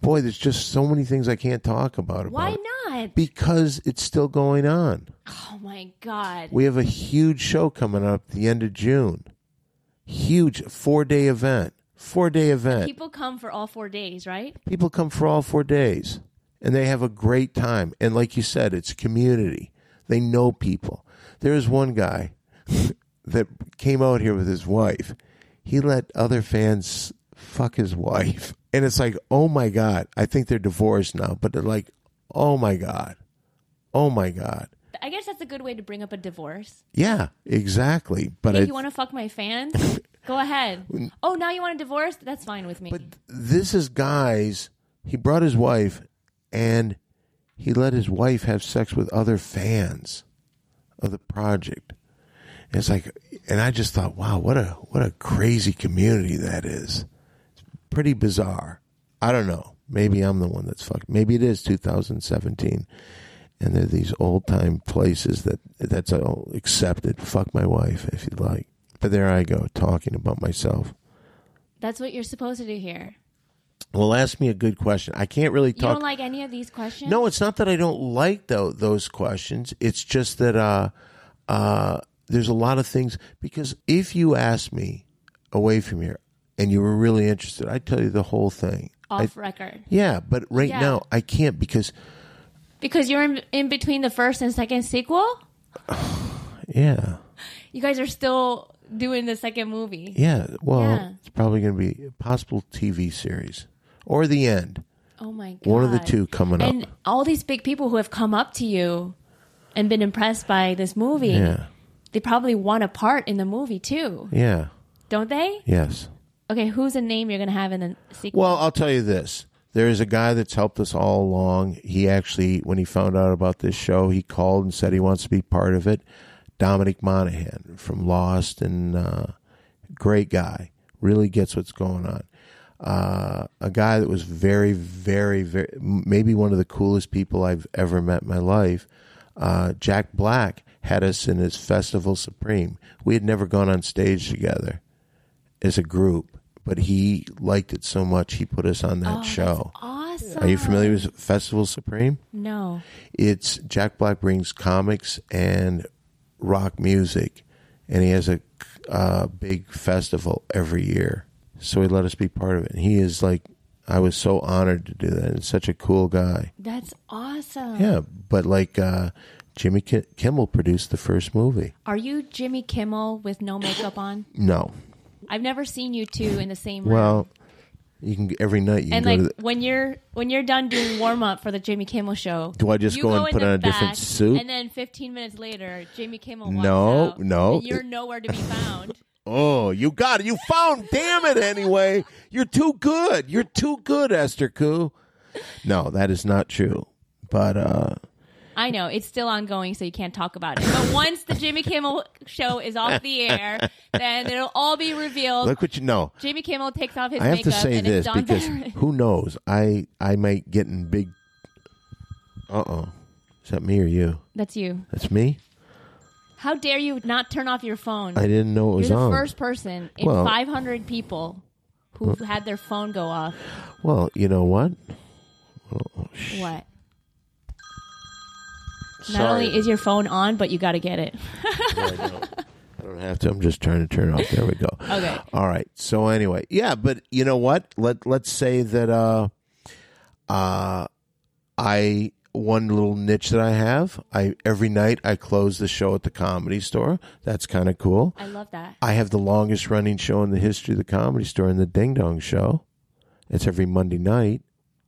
Boy, there's just so many things I can't talk about. about Why it. not? Because it's still going on. Oh my thank God. We have a huge show coming up the end of June. Huge four day event. Four day event. People come for all four days, right? People come for all four days and they have a great time. And like you said, it's community. They know people. There is one guy (laughs) that came out here with his wife. He let other fans fuck his wife. And it's like, oh my God. I think they're divorced now, but they're like, oh my God. Oh my God. I guess that's a good way to bring up a divorce. Yeah, exactly. But If I- you want to fuck my fans, (laughs) go ahead. Oh, now you want a divorce? That's fine with me. But this is guys. He brought his wife, and he let his wife have sex with other fans of the project. And it's like, and I just thought, wow, what a what a crazy community that is. It's pretty bizarre. I don't know. Maybe I'm the one that's fucked. Maybe it is 2017, and they're these old time places that that's all accepted. Fuck my wife if you'd like. But there I go talking about myself. that's what you're supposed to do here. Well, ask me a good question. I can't really You talk. don't like any of these questions? no, it's not that I don't like though those questions. It's just that uh, uh, there's a lot of things because if you asked me away from here and you were really interested, I'd tell you the whole thing. Off record. Yeah, but right Yeah. now I can't because Because you're in, in between the first and second sequel? yeah, You guys are still doing the second movie. yeah. Well, Yeah. it's probably going to be a possible TV series or the end. Oh my God. One of the two coming And up. all these big people who have come up to you and been impressed by this movie, Yeah, they probably want a part in the movie too, yeah, don't they? yes. Okay, who's a name you're going to have in the sequel? Well, I'll tell you this. There is a guy that's helped us all along. He actually, when he found out about this show, he called and said he wants to be part of it. Dominic Monaghan from Lost and uh, great guy. Really gets what's going on. Uh, a guy that was very, very, very, maybe one of the coolest people I've ever met in my life. Uh, Jack Black had us in his Festival Supreme. We had never gone on stage together as a group, but he liked it so much he put us on that show. Oh, awesome. Are you familiar with Festival Supreme? No. It's Jack Black brings comics and rock music, and he has a uh, big festival every year. So he let us be part of it. And he is like, I was so honored to do that. And such a cool guy. That's awesome. Yeah, but like uh, Jimmy Kim- Kimmel produced the first movie. Are you Jimmy Kimmel with no makeup on? No, I've never seen you two in the same room. well, you can every night you can and go like to. The, when you're when you're done doing warm up for the Jimmy Kimmel show, Do I just you go and in put the on a different back, suit? And then 15 minutes later, Jimmy Kimmel. Walks No, out, no. and you're nowhere to be found. Oh, you got it. You found. Damn it. Anyway, you're too good. You're too good, Esther Koo. No, that is not true. But uh, I know it's still ongoing, so you can't talk about it. But once the Jimmy Kimmel show is off the air, then it'll all be revealed. look what you know. Jimmy Kimmel takes off his I have to makeup say and this it's Don because Barron. who knows? I I might get in big. Uh oh, is that me or you? (laughs) That's you. That's me. How dare you not turn off your phone? I didn't know it was You're the on. first person in Well- 500 people who've had their phone go off. Well, you know what? What? Not Sorry. only is your phone on, but you got to get it. I don't have to. I'm just trying to turn it off. There we go. Okay. All right. So anyway, yeah, but you know what? Let let's say that uh uh I one little niche that I have, I every night I close the show at the comedy store. That's kind of cool. (gasps) I love that. I have the longest running show in the history of the comedy store in the Ding Dong show. It's every Monday night,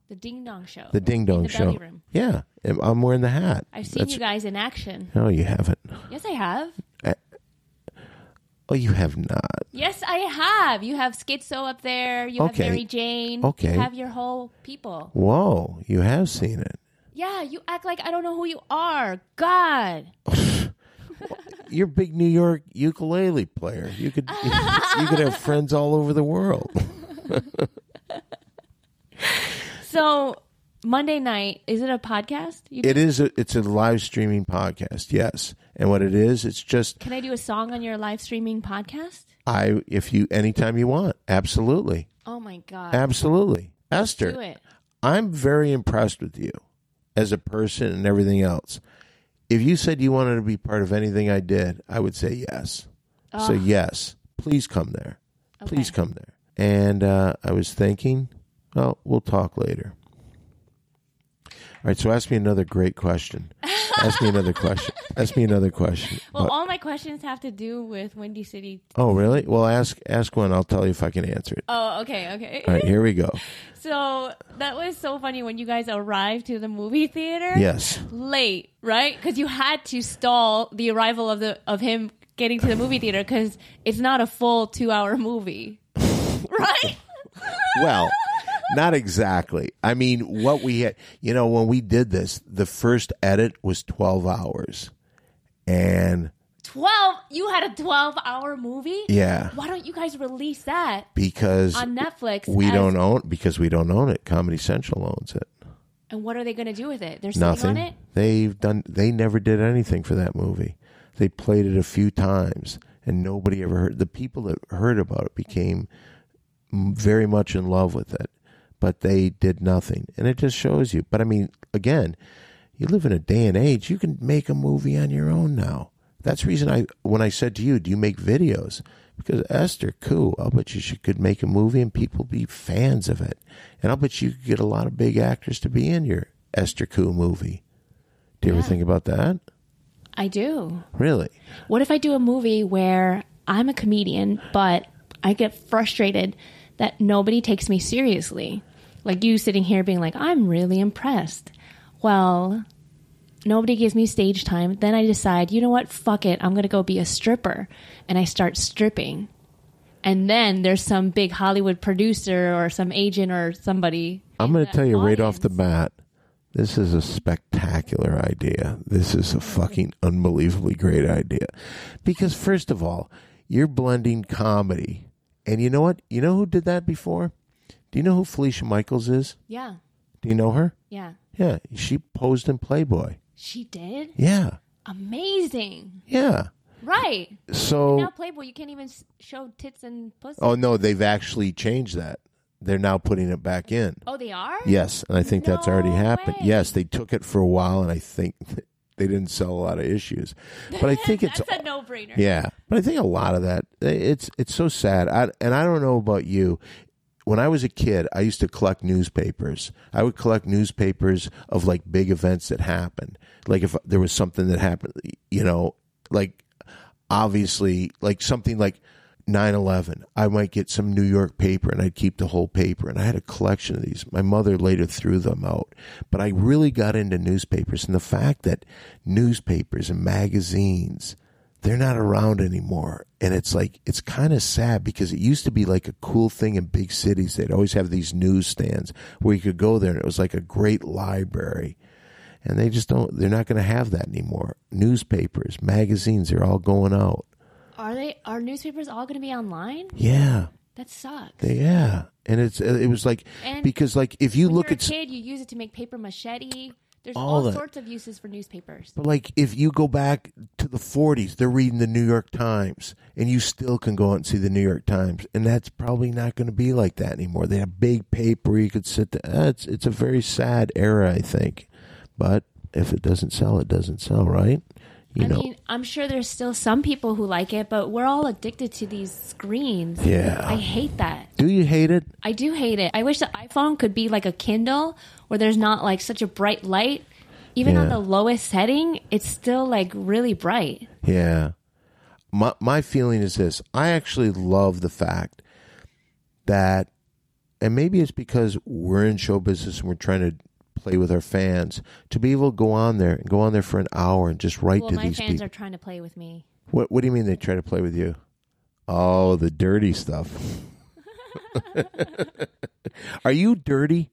The Ding Dong Show. the Ding In Dong the show. belly room. Yeah, and I'm wearing the hat. I've seen you guys in action. No, you haven't. Yes, I have. Oh, you have not. Yes, I have. You have Schizo up there. You Okay. have Mary Jane. Okay. You have your whole people. Whoa, you have seen it. Yeah, you act like I don't know who you are. God. you're a big New York ukulele player. You could you could have friends all over the world. So, Monday night, is it a podcast? You, It is a, it's a live streaming podcast, yes. And what it is, it's just can I do a song on your live streaming podcast? I if you anytime you want, absolutely, Oh my God. absolutely, do Esther. it. I'm very impressed with you as a person and everything else. If you said you wanted to be part of anything I did, I would say yes. So yes, please come there. Please come there. And uh, I was thinking, well, we'll talk later. All right. So ask me another great question. ask me another question. Ask me another question. Well, But- all my questions have to do with Windy City. oh, really? Well, ask ask one. I'll tell you if I can answer it. Oh, okay, okay. All right. Here we go. So that was so funny when you guys arrived to the movie theater. Yes. late, right? Because you had to stall the arrival of the of him getting to the movie theater because it's not a full two hour movie, (laughs) right? well, not exactly. I mean, what we had, you know, when we did this, the first edit was 12 hours. And Twelve. You had a twelve hour movie. yeah, Why don't you guys release that because on Netflix? we as- don't own because we don't own it. Comedy Central owns it. And what are they going to do with it? They're sitting on Nothing. it. They've done they never did anything for that movie. They played it a few times and nobody ever heard the people that heard about it became m- very much in love with it, but they did nothing. And it just shows you. But I mean, again, you live in a day and age you can make a movie on your own now. That's the reason I when I said to you, do you make videos? Because Esther, cool. I'll bet you she could make a movie and people be fans of it. And I'll bet you could get a lot of big actors to be in your Esther Koo movie. Do you ever think about that? I do. Really? What if I do a movie where I'm a comedian, but I get frustrated that nobody takes me seriously? Like you sitting here being like, I'm really impressed. Well, nobody gives me stage time. Then I decide, you know what? Fuck it. I'm going to go be a stripper. And I start stripping. And then there's some big Hollywood producer or some agent or somebody. I'm going to tell you right off the bat. This is a spectacular idea. This is a fucking unbelievably great idea. Because first of all, you're blending comedy. And you know what? You know who did that before? Do you know who Felicia Michaels is? Yeah. Do you know her? Yeah. Yeah, she posed in Playboy. She did? Yeah. Amazing. Yeah. Right. So Now Playboy, you can't even s- show tits and pussy. Oh no, they've actually changed that. They're now putting it back in. Oh, they are? Yes, and I think that's already No happened. way. Yes, they took it for a while, and I think (laughs) they didn't sell a lot of issues. But I think it's (laughs) That's a no brainer. yeah. But I think a lot of that eh, it's it's so sad. I, and I don't know about you. When I was a kid, I used to collect newspapers. I would collect newspapers of like big events that happened. Like if there was something that happened, you know, like obviously like something like 9-11 i might get some new york paper and i'd keep the whole paper and i had a collection of these my mother later threw them out but i really got into newspapers and the fact that newspapers and magazines they're not around anymore and it's like it's kind of sad because it used to be like a cool thing in big cities they'd always have these newsstands where you could go there and it was like a great library and they just don't they're not going to have that anymore newspapers magazines they're all going out Are they? Are newspapers all going to be online? yeah That sucks. yeah and it's it was like And because like if you when look you're at a s- kid, you use it to make paper machete. There's All all, that. sorts of uses for newspapers. but like if you go back to the 40s they're reading the new york times and you still can go out and see the new york times and that's probably not going to be like that anymore they have big paper where you could sit there Uh, it's it's a very sad era i think but if it doesn't sell it doesn't sell right you I know mean, I'm sure there's still some people who like it, but we're all addicted to these screens. Yeah. I hate that. do you hate it I do hate it. I wish the iPhone could be like a Kindle where there's not like such a bright light. Even on Yeah. the lowest setting, it's still like really bright. Yeah. My my feeling is this. I actually love the fact that and maybe it's because we're in show business and we're trying to play with our fans to be able to go on there and go on there for an hour and just write Well, to my these fans people. are trying to play with me. what what do you mean they try to play with you? Oh, the dirty stuff. (laughs) (laughs) are you dirty?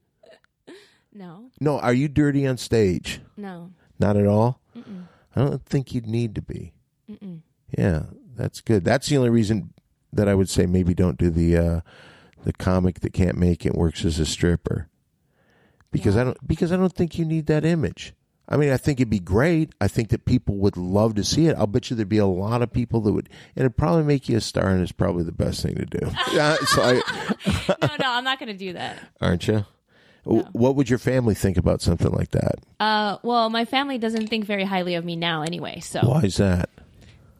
No, No, are you dirty on stage? no. (laughs) Not at all. I don't think you'd need to be. Yeah, that's good. That's the only reason that I would say maybe don't do the uh, the comic that can't make it works as a stripper because I don't because I don't think you need that image. I mean, I think it'd be great. I think that people would love to see it. I'll bet you there'd be a lot of people that would, and it'd probably make you a star, and it's probably the best thing to do. Yeah, so I, no, no, I'm not going to do that. aren't you? W- What would your family think about something like that? Uh, well, my family doesn't think very highly of me now, anyway. So Why is that?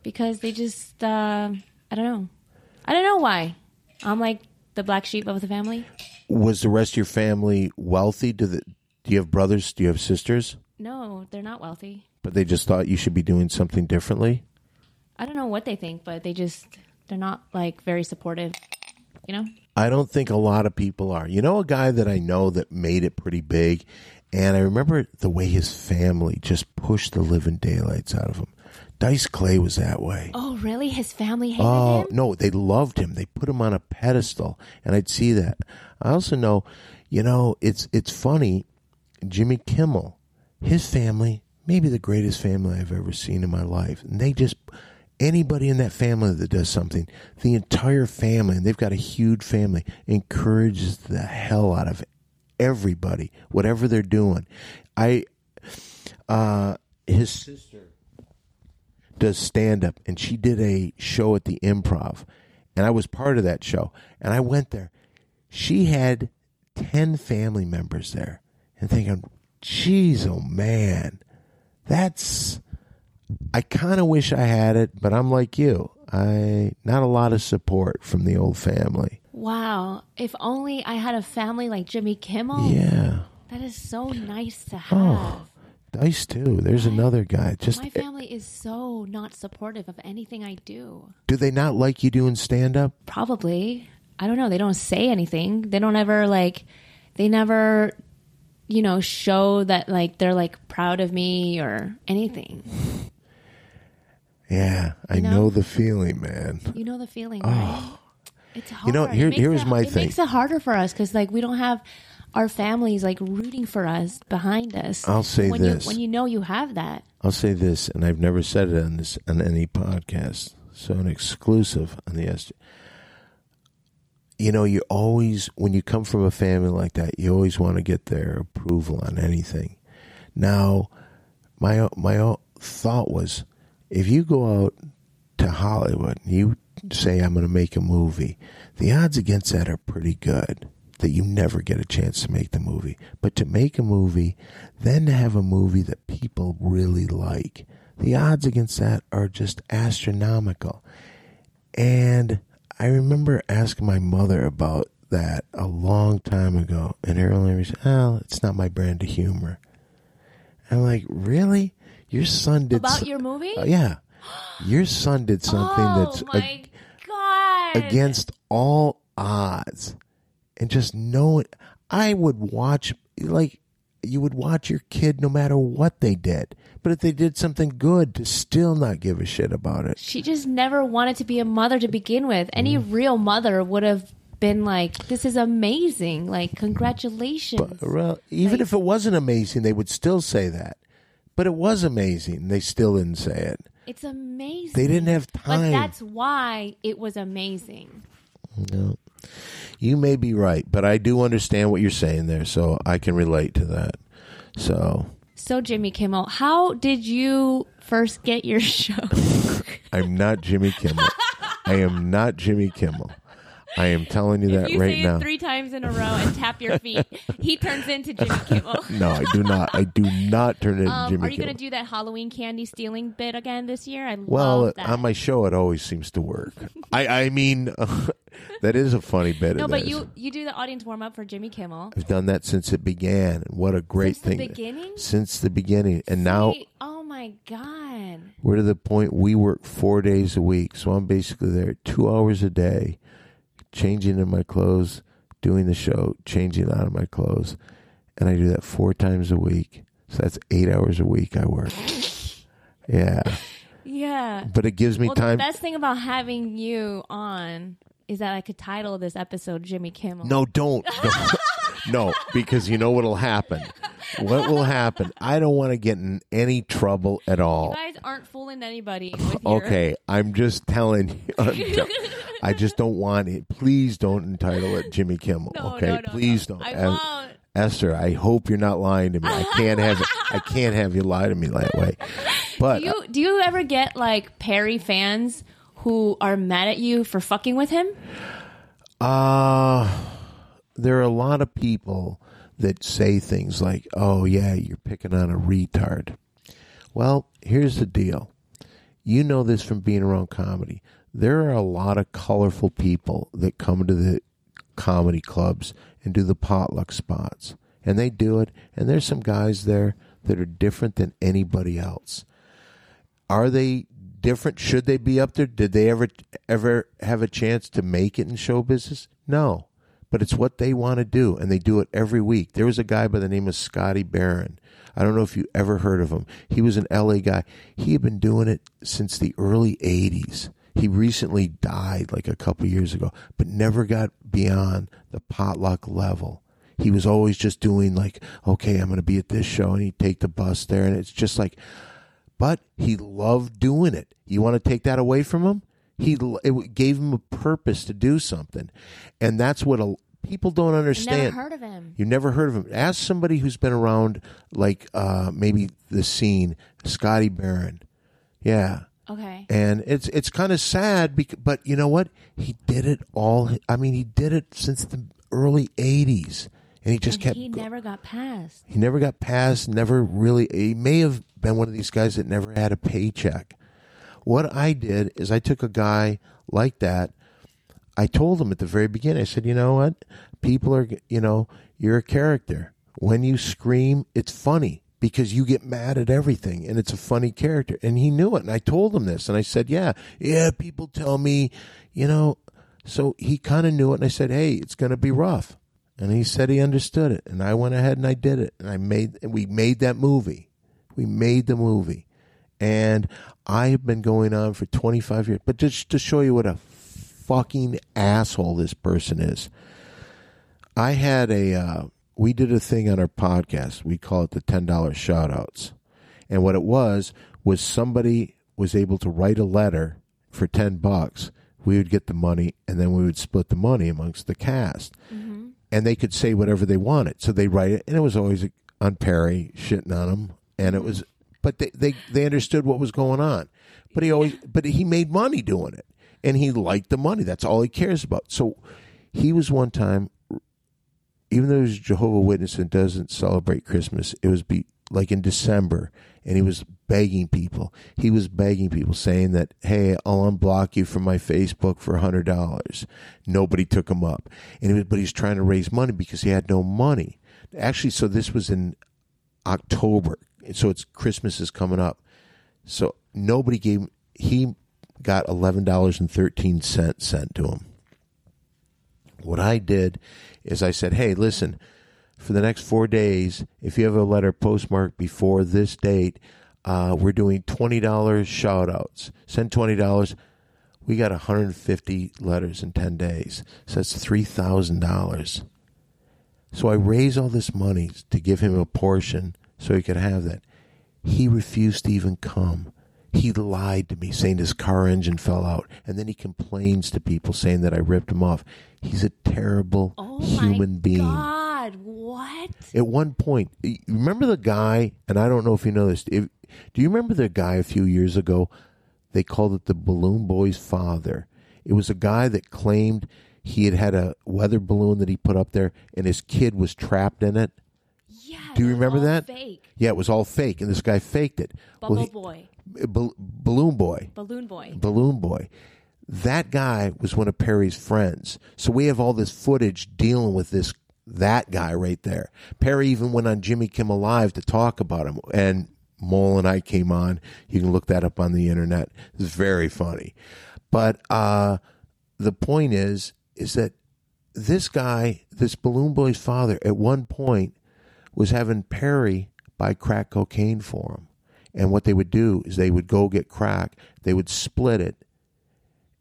because they just, uh, I don't know, I don't know why. I'm like the black sheep of the family. Was the rest of your family wealthy? Do the do you have brothers? Do you have sisters? No, they're not wealthy. But they just thought you should be doing something differently. I don't know what they think, but they just, they're not like very supportive. You know? I don't think a lot of people are. You know, a guy that I know that made it pretty big, and I remember the way his family just pushed the living daylights out of him. Dice Clay was that way. Oh, really? His family hated Oh him. no, they loved him. They put him on a pedestal, and I'd see that. I also know, you know, it's it's funny. Jimmy Kimmel, his family, maybe the greatest family I've ever seen in my life, and they just anybody in that family that does something, the entire family, and they've got a huge family, encourages the hell out of everybody, whatever they're doing. I, uh, his sister does stand up and she did a show at the improv and I was part of that show and I went there. She had 10 family members there and thinking, "Jeez, oh man. That's I kind of wish I had it, but I'm like you. I not a lot of support from the old family. Wow. If only I had a family like Jimmy Kimmel. Yeah. Oh. That is so nice to have. Dice too. There's another guy. Just My family is so not supportive of anything I do. do they not like you doing stand up? Probably. I don't know. They don't say anything. They don't ever like they never you know show that like they're like proud of me or anything. Yeah, I No. know the feeling, man. You know the feeling, right? It's hard. know, It here- makes here's it, my it thing. makes it harder for us because like we don't have our families like rooting for us behind us. I'll say when this. You, when you know you have that, I'll say this, and I've never said it on this on any podcast, so an exclusive on the S. You know, you always when you come from a family like that, you always want to get their approval on anything. Now, my my thought was, if you go out to Hollywood and you say I'm going to make a movie, the odds against that are pretty good that you never get a chance to make the movie. But to make a movie, then to have a movie that people really like, the odds against that are just astronomical. And I remember asking my mother about that a long time ago, and her only reason, oh, it's not my brand of humor. I'm like, really? Your son did about so- your movie. uh, yeah. Your son did something oh that's my ag- god! against all odds. And just know it. I would watch, like, you would watch your kid no matter what they did. But if they did something good, to still not give a shit about it. She just never wanted to be a mother to begin with. Any Mm-hmm. real mother would have been like, "This is amazing! Like, congratulations!" Well, even if it wasn't amazing, they would still say that. But it was amazing. They still didn't say it. it's amazing. They didn't have time. But that's why it was amazing. No. You may be right, but I do understand what you're saying there, so I can relate to that. So So, Jimmy Kimmel, how did you first get your (laughs) show? I'm not Jimmy Kimmel. I am not Jimmy Kimmel. I am telling you that you right say now. it three times in a row and tap your (laughs) feet. he turns into Jimmy Kimmel. no, I do not. I do not turn into Um, Jimmy are you Kimmel. going to do that Halloween candy stealing bit again this year? I well, love that. on my show, it always seems to work. I, I mean, (laughs) that is a funny bit. no, it but is. you you do the audience warm up for Jimmy Kimmel. I've done that since it began. and What a great Since the thing! beginning? Since the beginning, and now Wait, oh my god! we're to the point we work four days a week. So I'm basically there two hours a day, changing in my clothes, doing the show, changing out of my clothes. And I do that four times a week. So that's eight hours a week I (laughs) work. yeah. Yeah. But it gives me Well, the time. best thing about having you on is that I could title this episode Jimmy Kimmel. No, (laughs) don't. Don't. no, because you know what'll happen. What will happen? I don't want to get in any trouble at all. You guys aren't fooling (laughs) anybody. With your- Okay, I'm just telling you. (laughs) (laughs) I'm jo- I just don't want it. Please don't entitle it Jimmy Kimmel. No, okay, no, no, please no. don't. I Es- won't. Esther, I hope you're not lying to me. I can't have I can't have you lie to me (laughs) that way. But Do you do you ever get like Perry fans who are mad at you for fucking with him? uh, there are a lot of people that say things like, "Oh yeah, you're picking on a retard." Well, here's the deal. You know this from being around comedy. There are a lot of colorful people that come to the comedy clubs and do the potluck spots. And they do it, and there's some guys there that are different than anybody else. Are they different? Should they be up there? Did they ever ever have a chance to make it in show business? No. But it's what they want to do, and they do it every week. There was a guy by the name of Scotty Barron. I don't know if you ever heard of him. He was an LA guy. He had been doing it since the early 80s. He recently died like a couple years ago, but never got beyond the potluck level. He was always just doing like, okay, I'm going to be at this show, and he'd take the bus there. And it's just like, but he loved doing it. You want to take that away from him? He it gave him a purpose to do something, and that's what a, people don't understand. Never heard of him. You never heard of him. Ask somebody who's been around, like uh, maybe the scene, Scotty Barron. Yeah, Okay. and it's it's kind of sad, because, but you know what? He did it all. I mean, he did it since the early '80s, and he just kept. he go- never got past. he never got past, never really. He may have been one of these guys that never had a paycheck. What I did is I took a guy like that. I told him at the very beginning, I said, you know what? People are, you know, you're a character. When you scream, it's funny because you get mad at everything and it's a funny character. And he knew it. And I told him this and I said, yeah, yeah, people tell me, you know. So he kind of knew it. And I said, hey, it's going to be rough. And he said he understood it. And I went ahead and I did it. And I made, and we made that movie. We made the movie. And I have been going on for 25 years. But just to show you what a fucking asshole this person is, I had a, uh, we did a thing on our podcast. We call it the $10 shoutouts. And what it was, was somebody was able to write a letter for 10 bucks. We would get the money and then we would split the money amongst the cast and they could say whatever they wanted. So they write it, and it was always on Perry shitting on him, and it was, but they they, they understood what was going on. But he always, but he made money doing it, and he liked the money. That's all he cares about. So he was one time, even though he was a Jehovah Witness and doesn't celebrate Christmas, it was be like in December, and he was begging people. He was begging people, saying that, "Hey, I'll unblock you from my Facebook for hundred dollars." Nobody took him up, and he was, but he's trying to raise money because he had no money. Actually, so this was in October, so it's Christmas is coming up. So nobody gave. He got eleven dollars and thirteen cents sent to him. What I did is I said, "Hey, listen, for the next four days, if you have a letter postmarked before this date, uh, we're doing twenty dollars shout outs. Send twenty dollars. We got 150 letters in 10 days. So that's $3,000. So I raise all this money to give him a portion so he could have that. He refused to even come. He lied to me saying his car engine fell out. And then he complains to people saying that I ripped him off. He's a terrible Oh human my being. God! What? At one point, you remember the guy, and I don't know if you know this. If, do you remember the guy a few years ago? They called it the balloon boy's father. It was a guy that claimed he had had a weather balloon that he put up there, and his kid was trapped in it. Yeah. Do you they're remember all that? Fake Yeah, it was all fake, and this guy faked it. bubble he- boy, Bal- balloon boy. balloon boy. Balloon Boy. That guy was one of Perry's friends. So we have all this footage dealing with this that guy right there. Perry even went on Jimmy Kimmel Live to talk about him and Mole and I came on. You can look that up on the internet. It's very funny. But uh the point is is that this guy, this balloon boy's father, at one point was having Perry buy crack cocaine for him. And what they would do is they would go get crack, they would split it.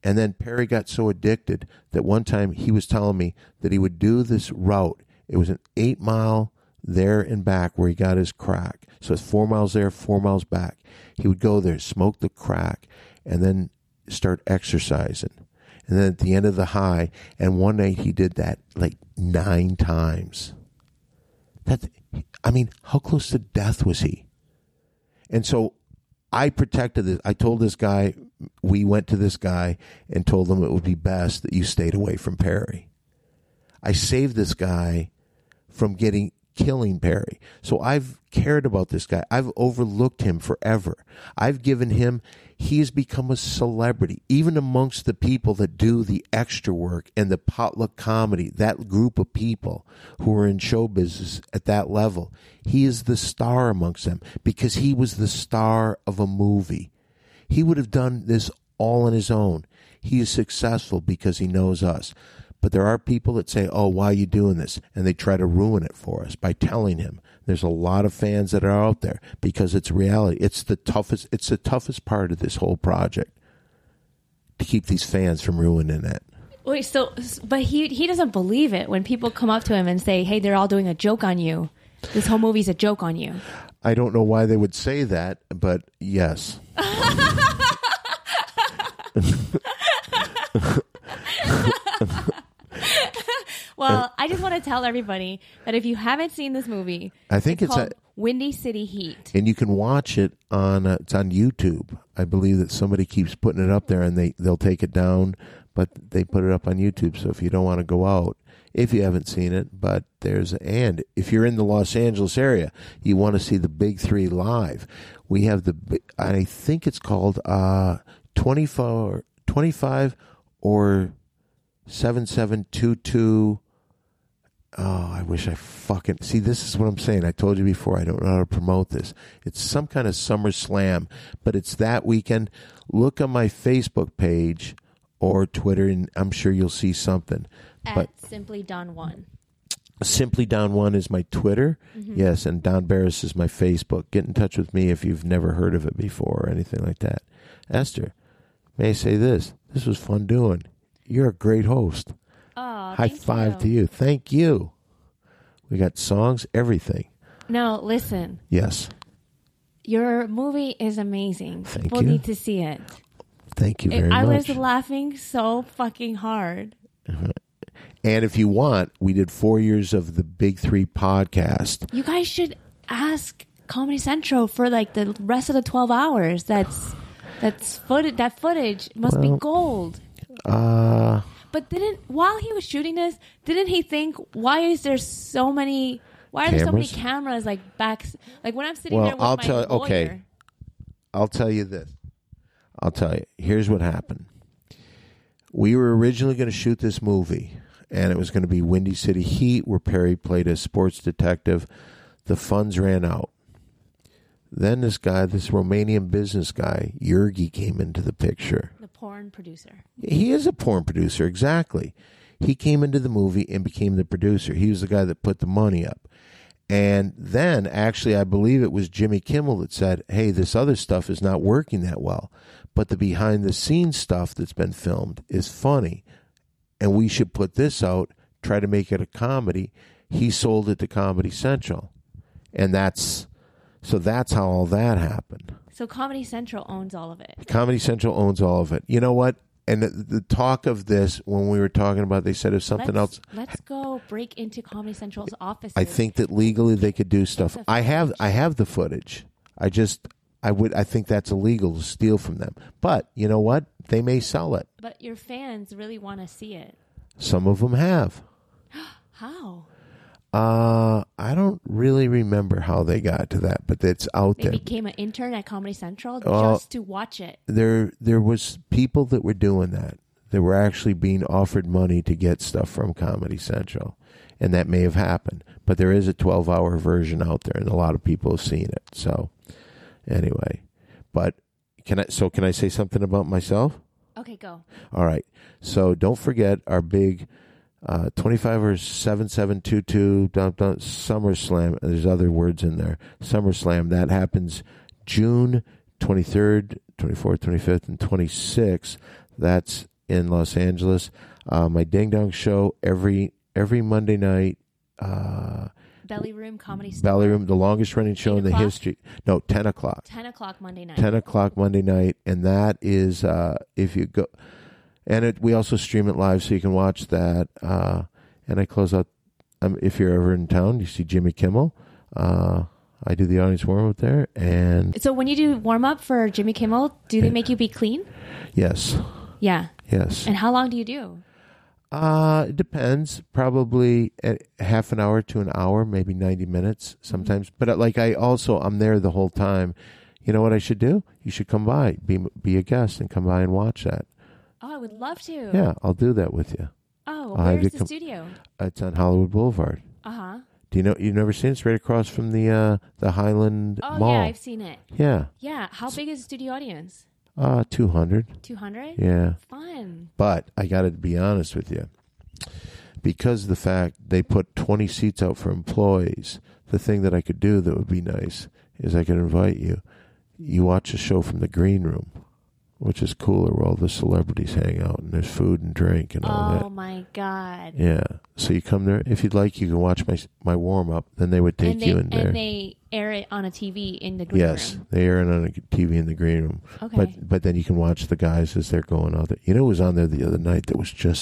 And then Perry got so addicted that one time he was telling me that he would do this route. It was an eight mile there and back where he got his crack. So it's four miles there, four miles back. He would go there, smoke the crack, and then start exercising. And then at the end of the high, and one night he did that like nine times. That I mean, how close to death was he? And so I protected this. I told this guy, we went to this guy and told him it would be best that you stayed away from Perry. I saved this guy from getting killing Perry. So I've cared about this guy. I've overlooked him forever. I've given him, he has become a celebrity, even amongst the people that do the extra work and the potluck comedy, that group of people who are in show business at that level. He is the star amongst them because he was the star of a movie. He would have done this all on his own. He is successful because he knows us. But there are people that say, oh, why are you doing this? And they try to ruin it for us by telling him. There's a lot of fans that are out there because it's reality. It's the toughest it's the toughest part of this whole project to keep these fans from ruining it. Wait, so but he he doesn't believe it when people come up to him and say, "Hey, they're all doing a joke on you. This whole movie's a joke on you." I don't know why they would say that, but yes. Well, I just want to tell everybody that if you haven't seen this movie, I think it's, called a, Windy City Heat. and you can watch it on uh, it's on YouTube. I believe that somebody keeps putting it up there, and they they'll take it down, but they put it up on YouTube. So if you don't want to go out, if you haven't seen it, but there's and if you're in the Los Angeles area, you want to see the Big Three live. We have the bi- I think it's called uh 24, 25 or seven seven two two. Oh, I wish I fucking see. This is what I'm saying. I told you before. I don't know how to promote this. It's some kind of summer slam, but it's that weekend. Look on my Facebook page or Twitter, and I'm sure you'll see something. But At Simply Don One. simply Don One is my Twitter, yes, and Don Barris is my Facebook. Get in touch with me if you've never heard of it before or anything like that. Esther, may I say this? This was fun doing. You're a great host. Oh, High five to you. Thank you. We got songs, everything. No, listen. Yes. Your movie is amazing. Thank People you. need to see it. Thank you It- very I much. was laughing so fucking hard. and if you want, we did four years of the Big Three podcast. You guys should ask Comedy Central for like the rest of the 12 hours. That's that's footage that footage must be gold. Uh, But didn't while he was shooting this, didn't he think why is there so many why are there so many Cameras? cameras like back like when I'm sitting Well, there with I'll my tell- lawyer, okay. I'll tell you this. I'll tell you. Here's what happened. We were originally going to shoot this movie, and it was going to be Windy City Heat, where Perry played a sports detective. The funds ran out. Then this guy, this Romanian business guy, Yurgi, came into the picture. the porn producer. He is a porn producer, exactly. He came into the movie and became the producer. He was the guy that put the money up. And then, actually, I believe it was Jimmy Kimmel that said, Hey, this other stuff is not working that well, but the behind the scenes stuff that's been filmed is funny, and we should put this out, try to make it a comedy. He sold it to Comedy Central. And that's so that's how all that happened. So Comedy Central owns all of it. Comedy Central owns all of it. You know what? And the, the talk of this when we were talking about, they said if something let's, else, Let's go break into Comedy Central's offices. I think that legally they could do stuff. I have, I have the footage. I just, I would, I think that's illegal to steal from them. But you know what? They may sell it. But your fans really want to see it. Some of them have. How? Uh, I don't really remember how they got to that, but it's out They there. became an intern at Comedy Central Oh. just to watch it. there there was people that were doing that that were actually being offered money to get stuff from comedy central and that may have happened but there is a 12 hour version out there and a lot of people have seen it so anyway but can i so can i say something about myself Okay, go. all right. So don't forget our big uh, 25 or 7722 dum, dum, SummerSlam. There's other words in there. SummerSlam. That happens June 23rd, 24th, 25th, and 26th. That's in Los Angeles. Uh, my Ding Dong Show every every Monday night. Uh, Belly Room Comedy Store. Valley Room, the longest running show 8 in the o'clock? history. No, 10 o'clock. 10 o'clock Monday night. 10 o'clock Monday night. And that is, uh, if you go, and it, we also stream it live so you can watch that. Uh, and I close out, um, if you're ever in town, you see Jimmy Kimmel. Uh, I do the audience warm up there. And So when you do warm up for Jimmy Kimmel, do they make you be clean? yes, Yeah. yes. And how long do you do? Uh, it depends. Probably at half an hour to an hour, maybe 90 minutes sometimes. But uh, like I also, I'm there the whole time. You know what I should do? You should come by, be, be a guest and come by and watch that. Oh, I would love to. Yeah, I'll do that with you. Oh, I'll have where's you the come- studio? It's on Hollywood Boulevard. Uh huh. Do you know, you've never seen it? It's right across from the, uh, the Highland Oh Mall. yeah, I've seen it. yeah. Yeah. How big is the studio audience? Uh, 200. Two hundred. Yeah. Fun. But I got to be honest with you. Because of the fact they put 20 seats out for employees, the thing that I could do that would be nice is I could invite you. You watch a show from the green room, which is cooler where all the celebrities hang out and there's food and drink and all Oh that. my god. Yeah. So you come there. If you'd like, you can watch my my warm up. Then they would take and they you in there. and they air it on a TV in the green yes, room. they air it on a TV in the green room. Okay. But but then you can watch the guys as they're going out there. You know, who was on there the other night that was just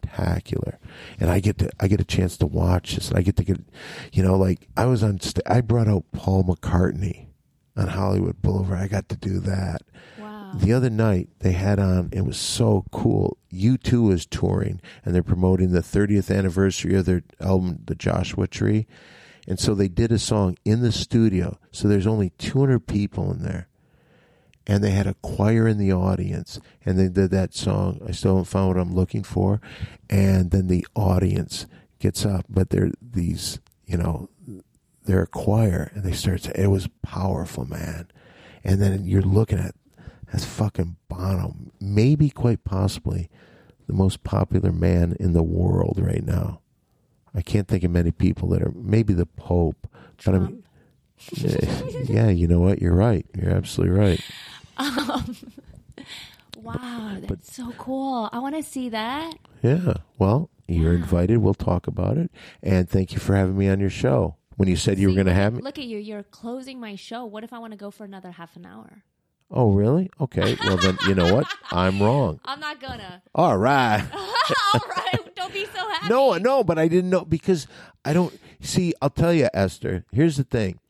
spectacular, and I get to I get a chance to watch this. I get to get, you know, like I was on. St- I brought out Paul McCartney on Hollywood Boulevard. I got to do that. wow. The other night they had on. It was so cool. U two was touring, and they're promoting the 30th anniversary of their album, The Joshua Tree. And so they did a song in the studio. So there's only 200 people in there and they had a choir in the audience and they did that song i still haven't found what i'm looking for and then the audience gets up but they're these you know they're a choir and they start to, it was powerful man and then you're looking at that's fucking bono maybe quite possibly the most popular man in the world right now i can't think of many people that are maybe the pope but i mean eh, yeah you know what you're right you're absolutely right Wow, that's so cool. I want to see that. Yeah. Well, you're invited. We'll talk about it. And thank you for having me on your show. When you said you were See, going to look- have me. Look at you. You're closing my show. What if I want to go for another half an hour? Oh, really? Okay. Well, then, you know what? I'm wrong. I'm not (laughs) gonna. (laughs) All right. All right, don't be so happy. (laughs) No, no, but I didn't know because I don't see. I'll tell you, Esther. Here's the thing.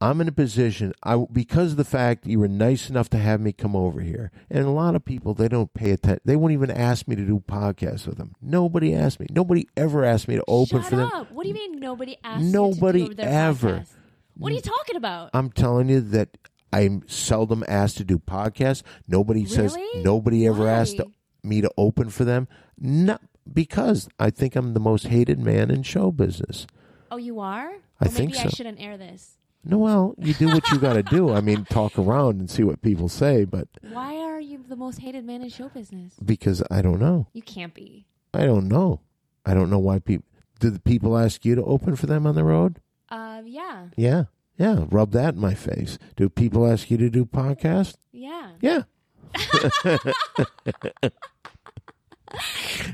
I'm in a position I because of the fact you were nice enough to have me come over here, and a lot of people they don't pay attention. They won't even ask me to do podcasts with them. Nobody asked me. Nobody ever asked me to open Shut for them. up. What do you mean nobody asked? Nobody you to do their ever. podcast? What are you talking about? I'm telling you that I'm seldom asked to do podcasts. Nobody says Really? nobody ever Why? asked to- me to open for them. Not because I think I'm the most hated man in show business. oh, you are. I well, think maybe so. I shouldn't air this. No, well, you do what you got to do. I mean, talk around and see what people say, but Why are you the most hated man in show business? because I don't know. You can't be. I don't know. I don't know why people. Do the people ask you to open for them on the road? Um, yeah, Yeah. Yeah. Rub that in my face. Do people ask you to do podcasts? yeah. (laughs) Yeah.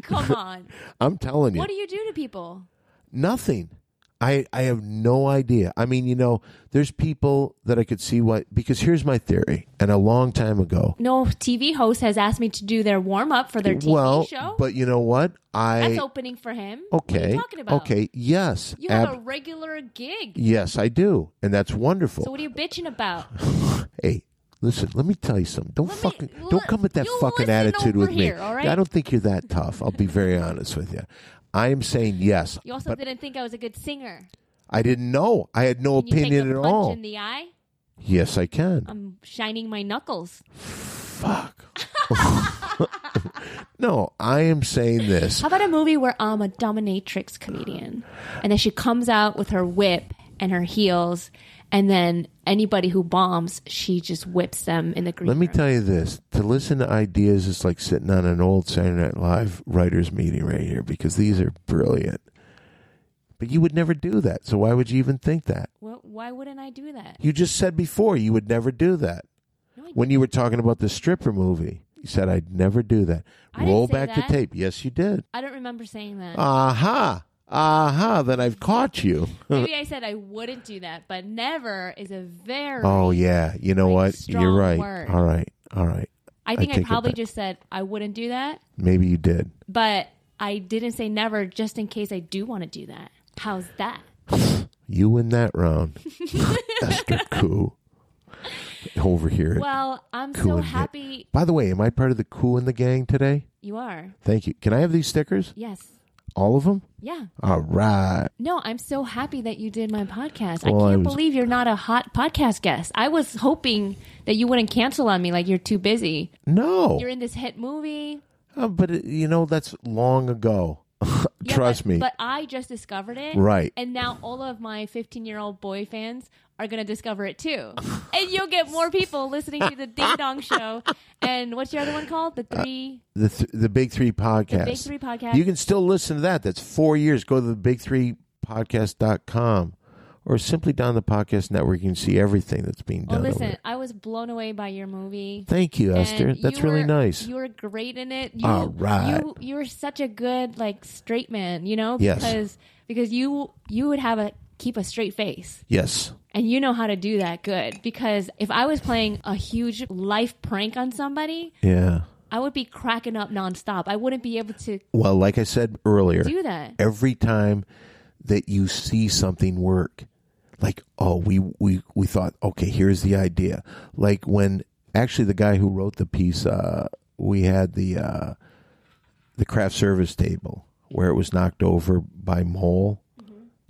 Come on. I'm telling you. What do you do to people? Nothing. I I have no idea. I mean, you know, there's people that I could see why because here's my theory. And a long time ago, No TV host has asked me to do their warm up for their TV well, show. but you know what? I That's opening for him. What are okay, you talking about? okay, yes, You have ab- a regular gig. yes, I do, and that's wonderful. So what are you bitching about? hey, listen, let me tell you something. Don't Let me- fucking let- don't come with that you fucking listen attitude over with me. here, all right? I don't think you're that tough. I'll be very honest with you. I am saying yes. You also but didn't think I was a good singer. I didn't know. I had no Can you take opinion a at punch all. in the Um, eye? yes, I can. I'm shining my knuckles. Fuck. (laughs) no, I am saying this. How about a movie where I'm a dominatrix comedian, and then she comes out with her whip and her heels, and then anybody who bombs, she just whips them in the green. Let me room. tell you this. To listen to ideas is like sitting on an old Saturday Night Live writers meeting right here because these are brilliant. But you would never do that. So why would you even think that? Well, why wouldn't I do that? You just said before you would never do that. No, I When you were talking about the stripper movie, you said I'd never do that. I didn't Roll say back that. the tape. Yes, you did. I don't remember saying that. Uh, Aha. Aha, then I've (laughs) caught you. Maybe I said I wouldn't do that, but never is a very. Oh yeah, you know Like, what? You're strong right. word. All right. All right. I think I, take it probably back. just said I wouldn't do that, Maybe you did. but I didn't say never just in case I do want to do that. How's that? (laughs) (laughs) You win that round. Esther Koo. over here. Well, I'm Who so would get- happy By the way, am I part of the coup in the gang today? you are. Thank you. Can I have these stickers? Yes. All of them? Yeah. All right. No, I'm so happy that you did my podcast. Well, I I can't was- believe you're not a hot podcast guest. I was hoping that you wouldn't cancel on me like you're too busy. No. You're in this hit movie. Uh, but, it, you know, that's long ago. (laughs) Yeah, Trust but- me. But I just discovered it. Right. And now all of my 15 year old boy fans are going to discover it too. and you'll get more people listening to the Ding Dong (laughs) Show. And what's your other one called? The Three. the, th- the Big Three podcast. Big Three podcast. You can still listen to that. That's four years. Go to the Big Three podcast.com or simply down the podcast network. You can see everything that's being well, done. over listen, there. I was blown away by your movie. Thank you, Esther. And That's you really were- nice. You were great in it. You, All right. You you were such a good like straight man, you know? Yes. Because because you you would have a keep a straight face. yes. And you know how to do that good. Because if I was playing a huge life prank on somebody, Yeah. I would be cracking up nonstop. I wouldn't be able to Well, like I said earlier, do that. every time that you see something work like oh we we we thought okay here's the idea like when actually the guy who wrote the piece uh we had the uh the craft service table where it was knocked over by mole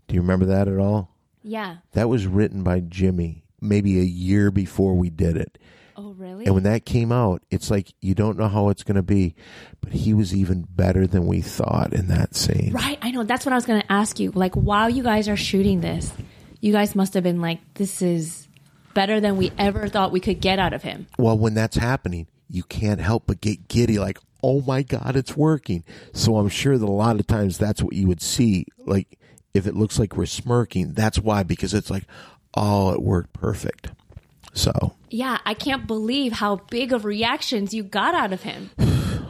do you remember that at all Yeah. that was written by jimmy maybe a year before we did it Oh really? and when that came out, it's like you don't know how it's going to be, but he was even better than we thought in that scene. Right, I know. That's what I was going to ask you. Like, while you guys are shooting this, you guys must have been like, this is better than we ever thought we could get out of him. Well, when that's happening, you can't help but get giddy, like, oh my God, it's working. So I'm sure that a lot of times that's what you would see. Like, if it looks like we're smirking, that's why, because it's like, oh, it worked perfect. So, Yeah, I can't believe how big of reactions you got out of him.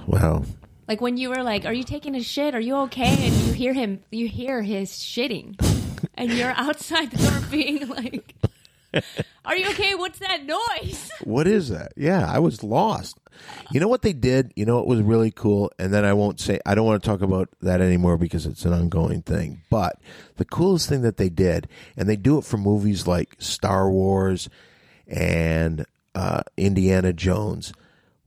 well, Like, when you were like, are you taking a shit? Are you okay? And you hear him, you hear his shitting. And you're (laughs) outside the door being like, are you okay? What's that noise? what is that? Yeah, I was lost. You know what they did? You know what was really cool? And then I won't say, I don't want to talk about that anymore because it's an ongoing thing. But the coolest thing that they did, and they do it for movies like Star Wars and uh, Indiana Jones,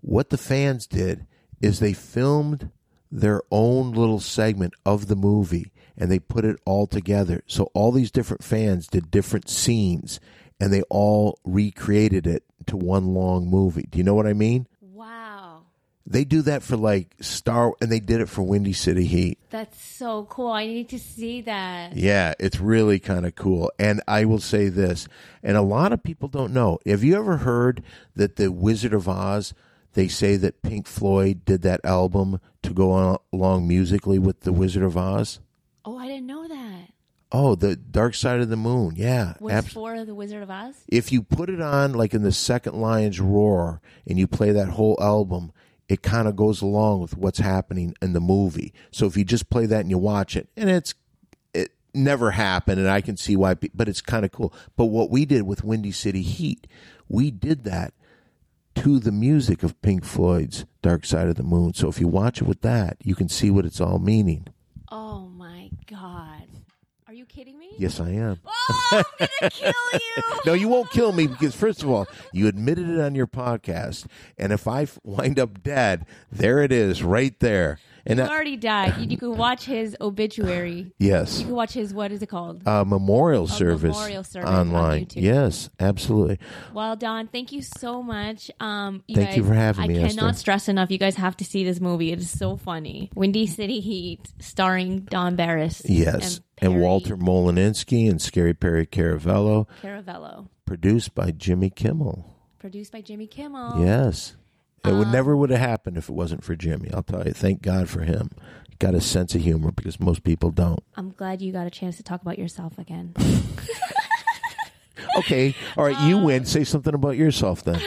what the fans did is they filmed their own little segment of the movie and they put it all together. So all these different fans did different scenes and they all recreated it to one long movie. Do you know what I mean? Wow. They do that for like Star and they did it for Windy City Heat. That's so cool. I need to see that. Yeah, it's really kind of cool. And I will say this, and a lot of people don't know. Have you ever heard that the Wizard of Oz, they say that Pink Floyd did that album to go on, along musically with the Wizard of Oz? Oh, I didn't know that. Oh, the Dark Side of the Moon. Yeah. Was abs- for the Wizard of Oz? if you put it on like in the second lion's roar and you play that whole album it kind of goes along with what's happening in the movie so if you just play that and you watch it and it's it never happened and i can see why pe- but it's kind of cool but what we did with windy city heat we did that to the music of pink floyd's dark side of the moon so if you watch it with that you can see what it's all meaning Oh my god. Are you kidding me? yes i am (laughs) Oh, I'm gonna kill you. (laughs) No, you won't kill me because, first of all, you admitted it on your podcast. And if I f- wind up dead, there it is, right there. And He that, already died. You, you can watch his obituary. yes, You can watch his what is it called? uh, memorial, service memorial service on online. YouTube. yes, absolutely. Well, Don, thank you so much. Um, you Thank you guys- for having I me, I Esther. cannot stress enough. You guys have to see this movie. It is so funny. Windy City Heat, starring Don Barris. Yes. And, Perry Walter Molinsky and Scary Perry Caravello, Caravello, produced by Jimmy Kimmel. produced by Jimmy Kimmel. Yes. It would Uh, never would have happened if it wasn't for Jimmy. I'll tell you. Thank God for him. Got a sense of humor because most people don't. I'm glad you got a chance to talk about yourself again. Okay. All right. Uh, You win. Say something about yourself then.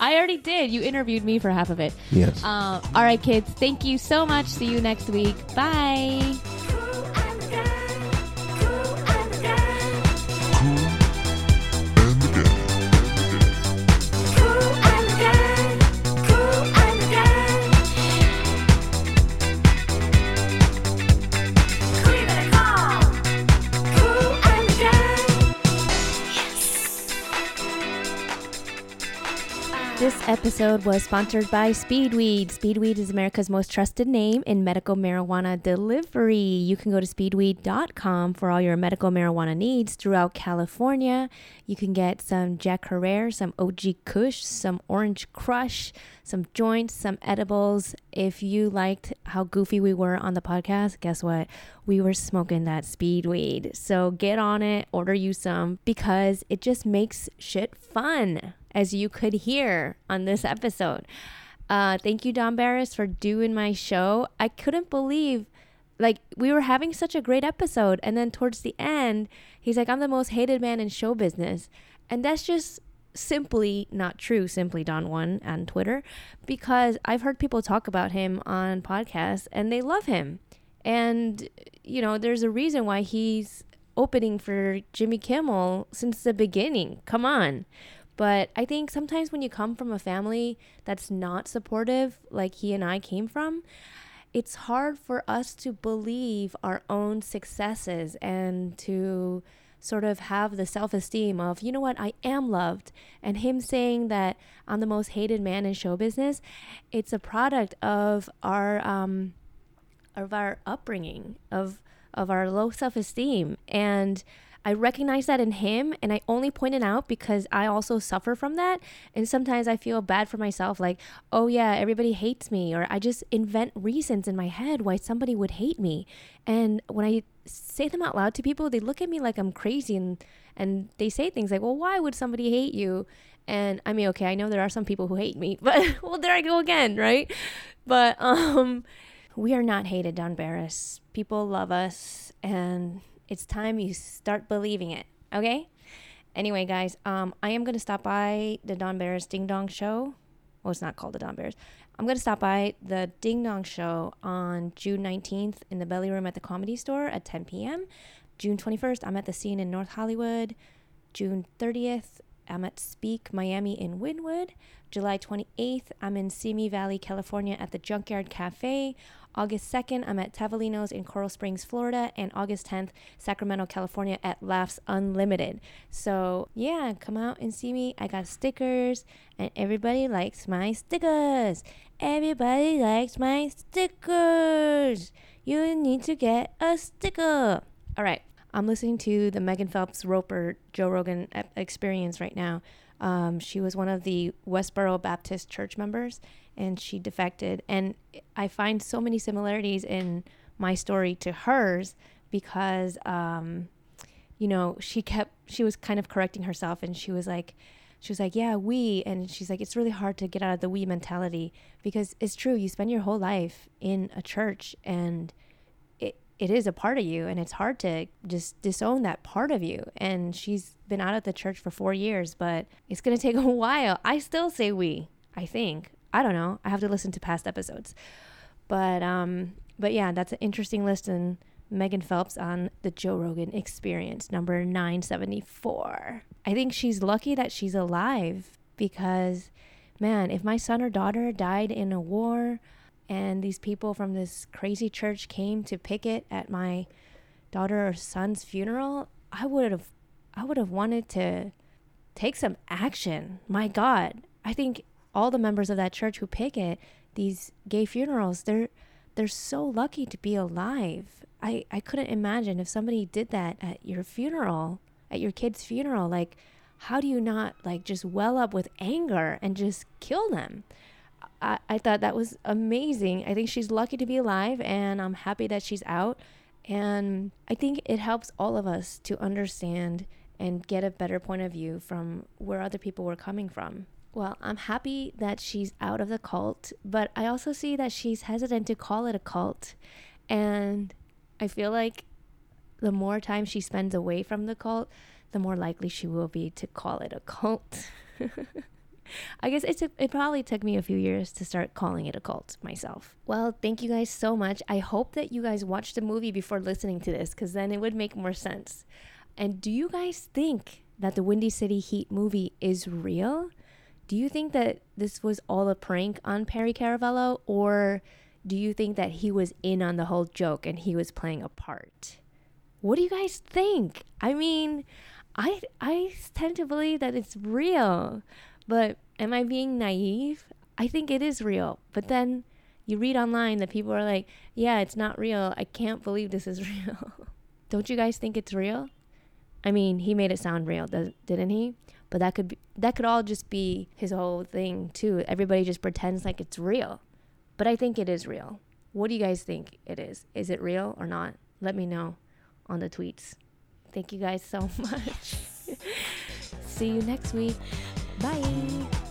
I already did. You interviewed me for half of it. Yes. Uh, all right, kids. Thank you so much. See you next week. Bye. Cool and the gang, cool and the gang, cool and the gang, cool and the gang. Cream and a cool and the gang. Yes. This episode was sponsored by Speedweed. Speedweed is America's most trusted name in medical marijuana delivery. You can go to speedweed.com for all your medical marijuana needs throughout California. You can get some Jack Herrera, some OG Kush, some Orange Crush, some joints, some edibles. If you liked how goofy we were on the podcast, guess what? We were smoking that Speedweed. So get on it, order you some because it just makes shit fun as you could hear on this episode. Uh, thank you, Don Barris, for doing my show. I couldn't believe, like, we were having such a great episode. And then towards the end, he's like, I'm the most hated man in show business. And that's just simply not true, simply Don One on Twitter, because I've heard people talk about him on podcasts and they love him. And, you know, there's a reason why he's opening for Jimmy Kimmel since the beginning. Come on. But I think sometimes when you come from a family that's not supportive, like he and I came from, it's hard for us to believe our own successes and to sort of have the self esteem of, you know what, I am loved. And him saying that I'm the most hated man in show business, it's a product of our, um, of our upbringing of of our low self-esteem and i recognize that in him and i only point it out because i also suffer from that and sometimes i feel bad for myself like oh yeah everybody hates me or i just invent reasons in my head why somebody would hate me and when i say them out loud to people they look at me like i'm crazy and and they say things like well why would somebody hate you and i mean okay i know there are some people who hate me (laughs) but well there i go again right but um we are not hated down Barris. People love us, and it's time you start believing it. Okay. Anyway, guys, um, I am gonna stop by the Don Barris Ding Dong Show. Well, it's not called the Don Barris. I'm gonna stop by the Ding Dong Show on June 19th in the Belly Room at the Comedy Store at 10 p.m. June 21st, I'm at the Scene in North Hollywood. June 30th, I'm at Speak Miami in Wynwood. July 28th, I'm in Simi Valley, California at the Junkyard Cafe. August 2nd, I'm at Tavalinos in Coral Springs, Florida. And August 10th, Sacramento, California at Laughs Unlimited. So, yeah, come out and see me. I got stickers, and everybody likes my stickers. Everybody likes my stickers. You need to get a sticker. All right. I'm listening to the Megan Phelps Roper Joe Rogan e- experience right now. Um, she was one of the Westboro Baptist Church members and she defected. And I find so many similarities in my story to hers because, um, you know, she kept, she was kind of correcting herself and she was like, she was like, yeah, we. And she's like, it's really hard to get out of the we mentality because it's true. You spend your whole life in a church and it, it is a part of you and it's hard to just disown that part of you and she's been out of the church for four years but it's going to (laughs) take a while i still say we i think i don't know i have to listen to past episodes but um but yeah that's an interesting listen megan phelps on the joe rogan experience number 974 i think she's lucky that she's alive because man if my son or daughter died in a war and these people from this crazy church came to picket at my daughter or son's funeral, I would have I would have wanted to take some action. My god, I think all the members of that church who picket these gay funerals, they're they're so lucky to be alive. I I couldn't imagine if somebody did that at your funeral, at your kid's funeral, like how do you not like just well up with anger and just kill them? I, I thought that was amazing. I think she's lucky to be alive, and I'm happy that she's out. And I think it helps all of us to understand and get a better point of view from where other people were coming from. Well, I'm happy that she's out of the cult, but I also see that she's hesitant to call it a cult. And I feel like the more time she spends away from the cult, the more likely she will be to call it a cult. (laughs) I guess it took, it probably took me a few years to start calling it a cult myself. Well, thank you guys so much. I hope that you guys watched the movie before listening to this cuz then it would make more sense. And do you guys think that the Windy City Heat movie is real? Do you think that this was all a prank on Perry Caravello or do you think that he was in on the whole joke and he was playing a part? What do you guys think? I mean, I I tend to believe that it's real, but am I being naive? I think it is real. But then you read online that people are like, yeah, it's not real. I can't believe this is (laughs) real. Don't you guys think it's real? I mean, he made it sound real, does- didn't he? But that could be, that could all just be his whole thing too. Everybody just pretends like it's real. But I think it is real. What do you guys think it is? Is it real or not? Let me know on the tweets. (laughs) Thank you guys so much. See you next week. Bye. Ah.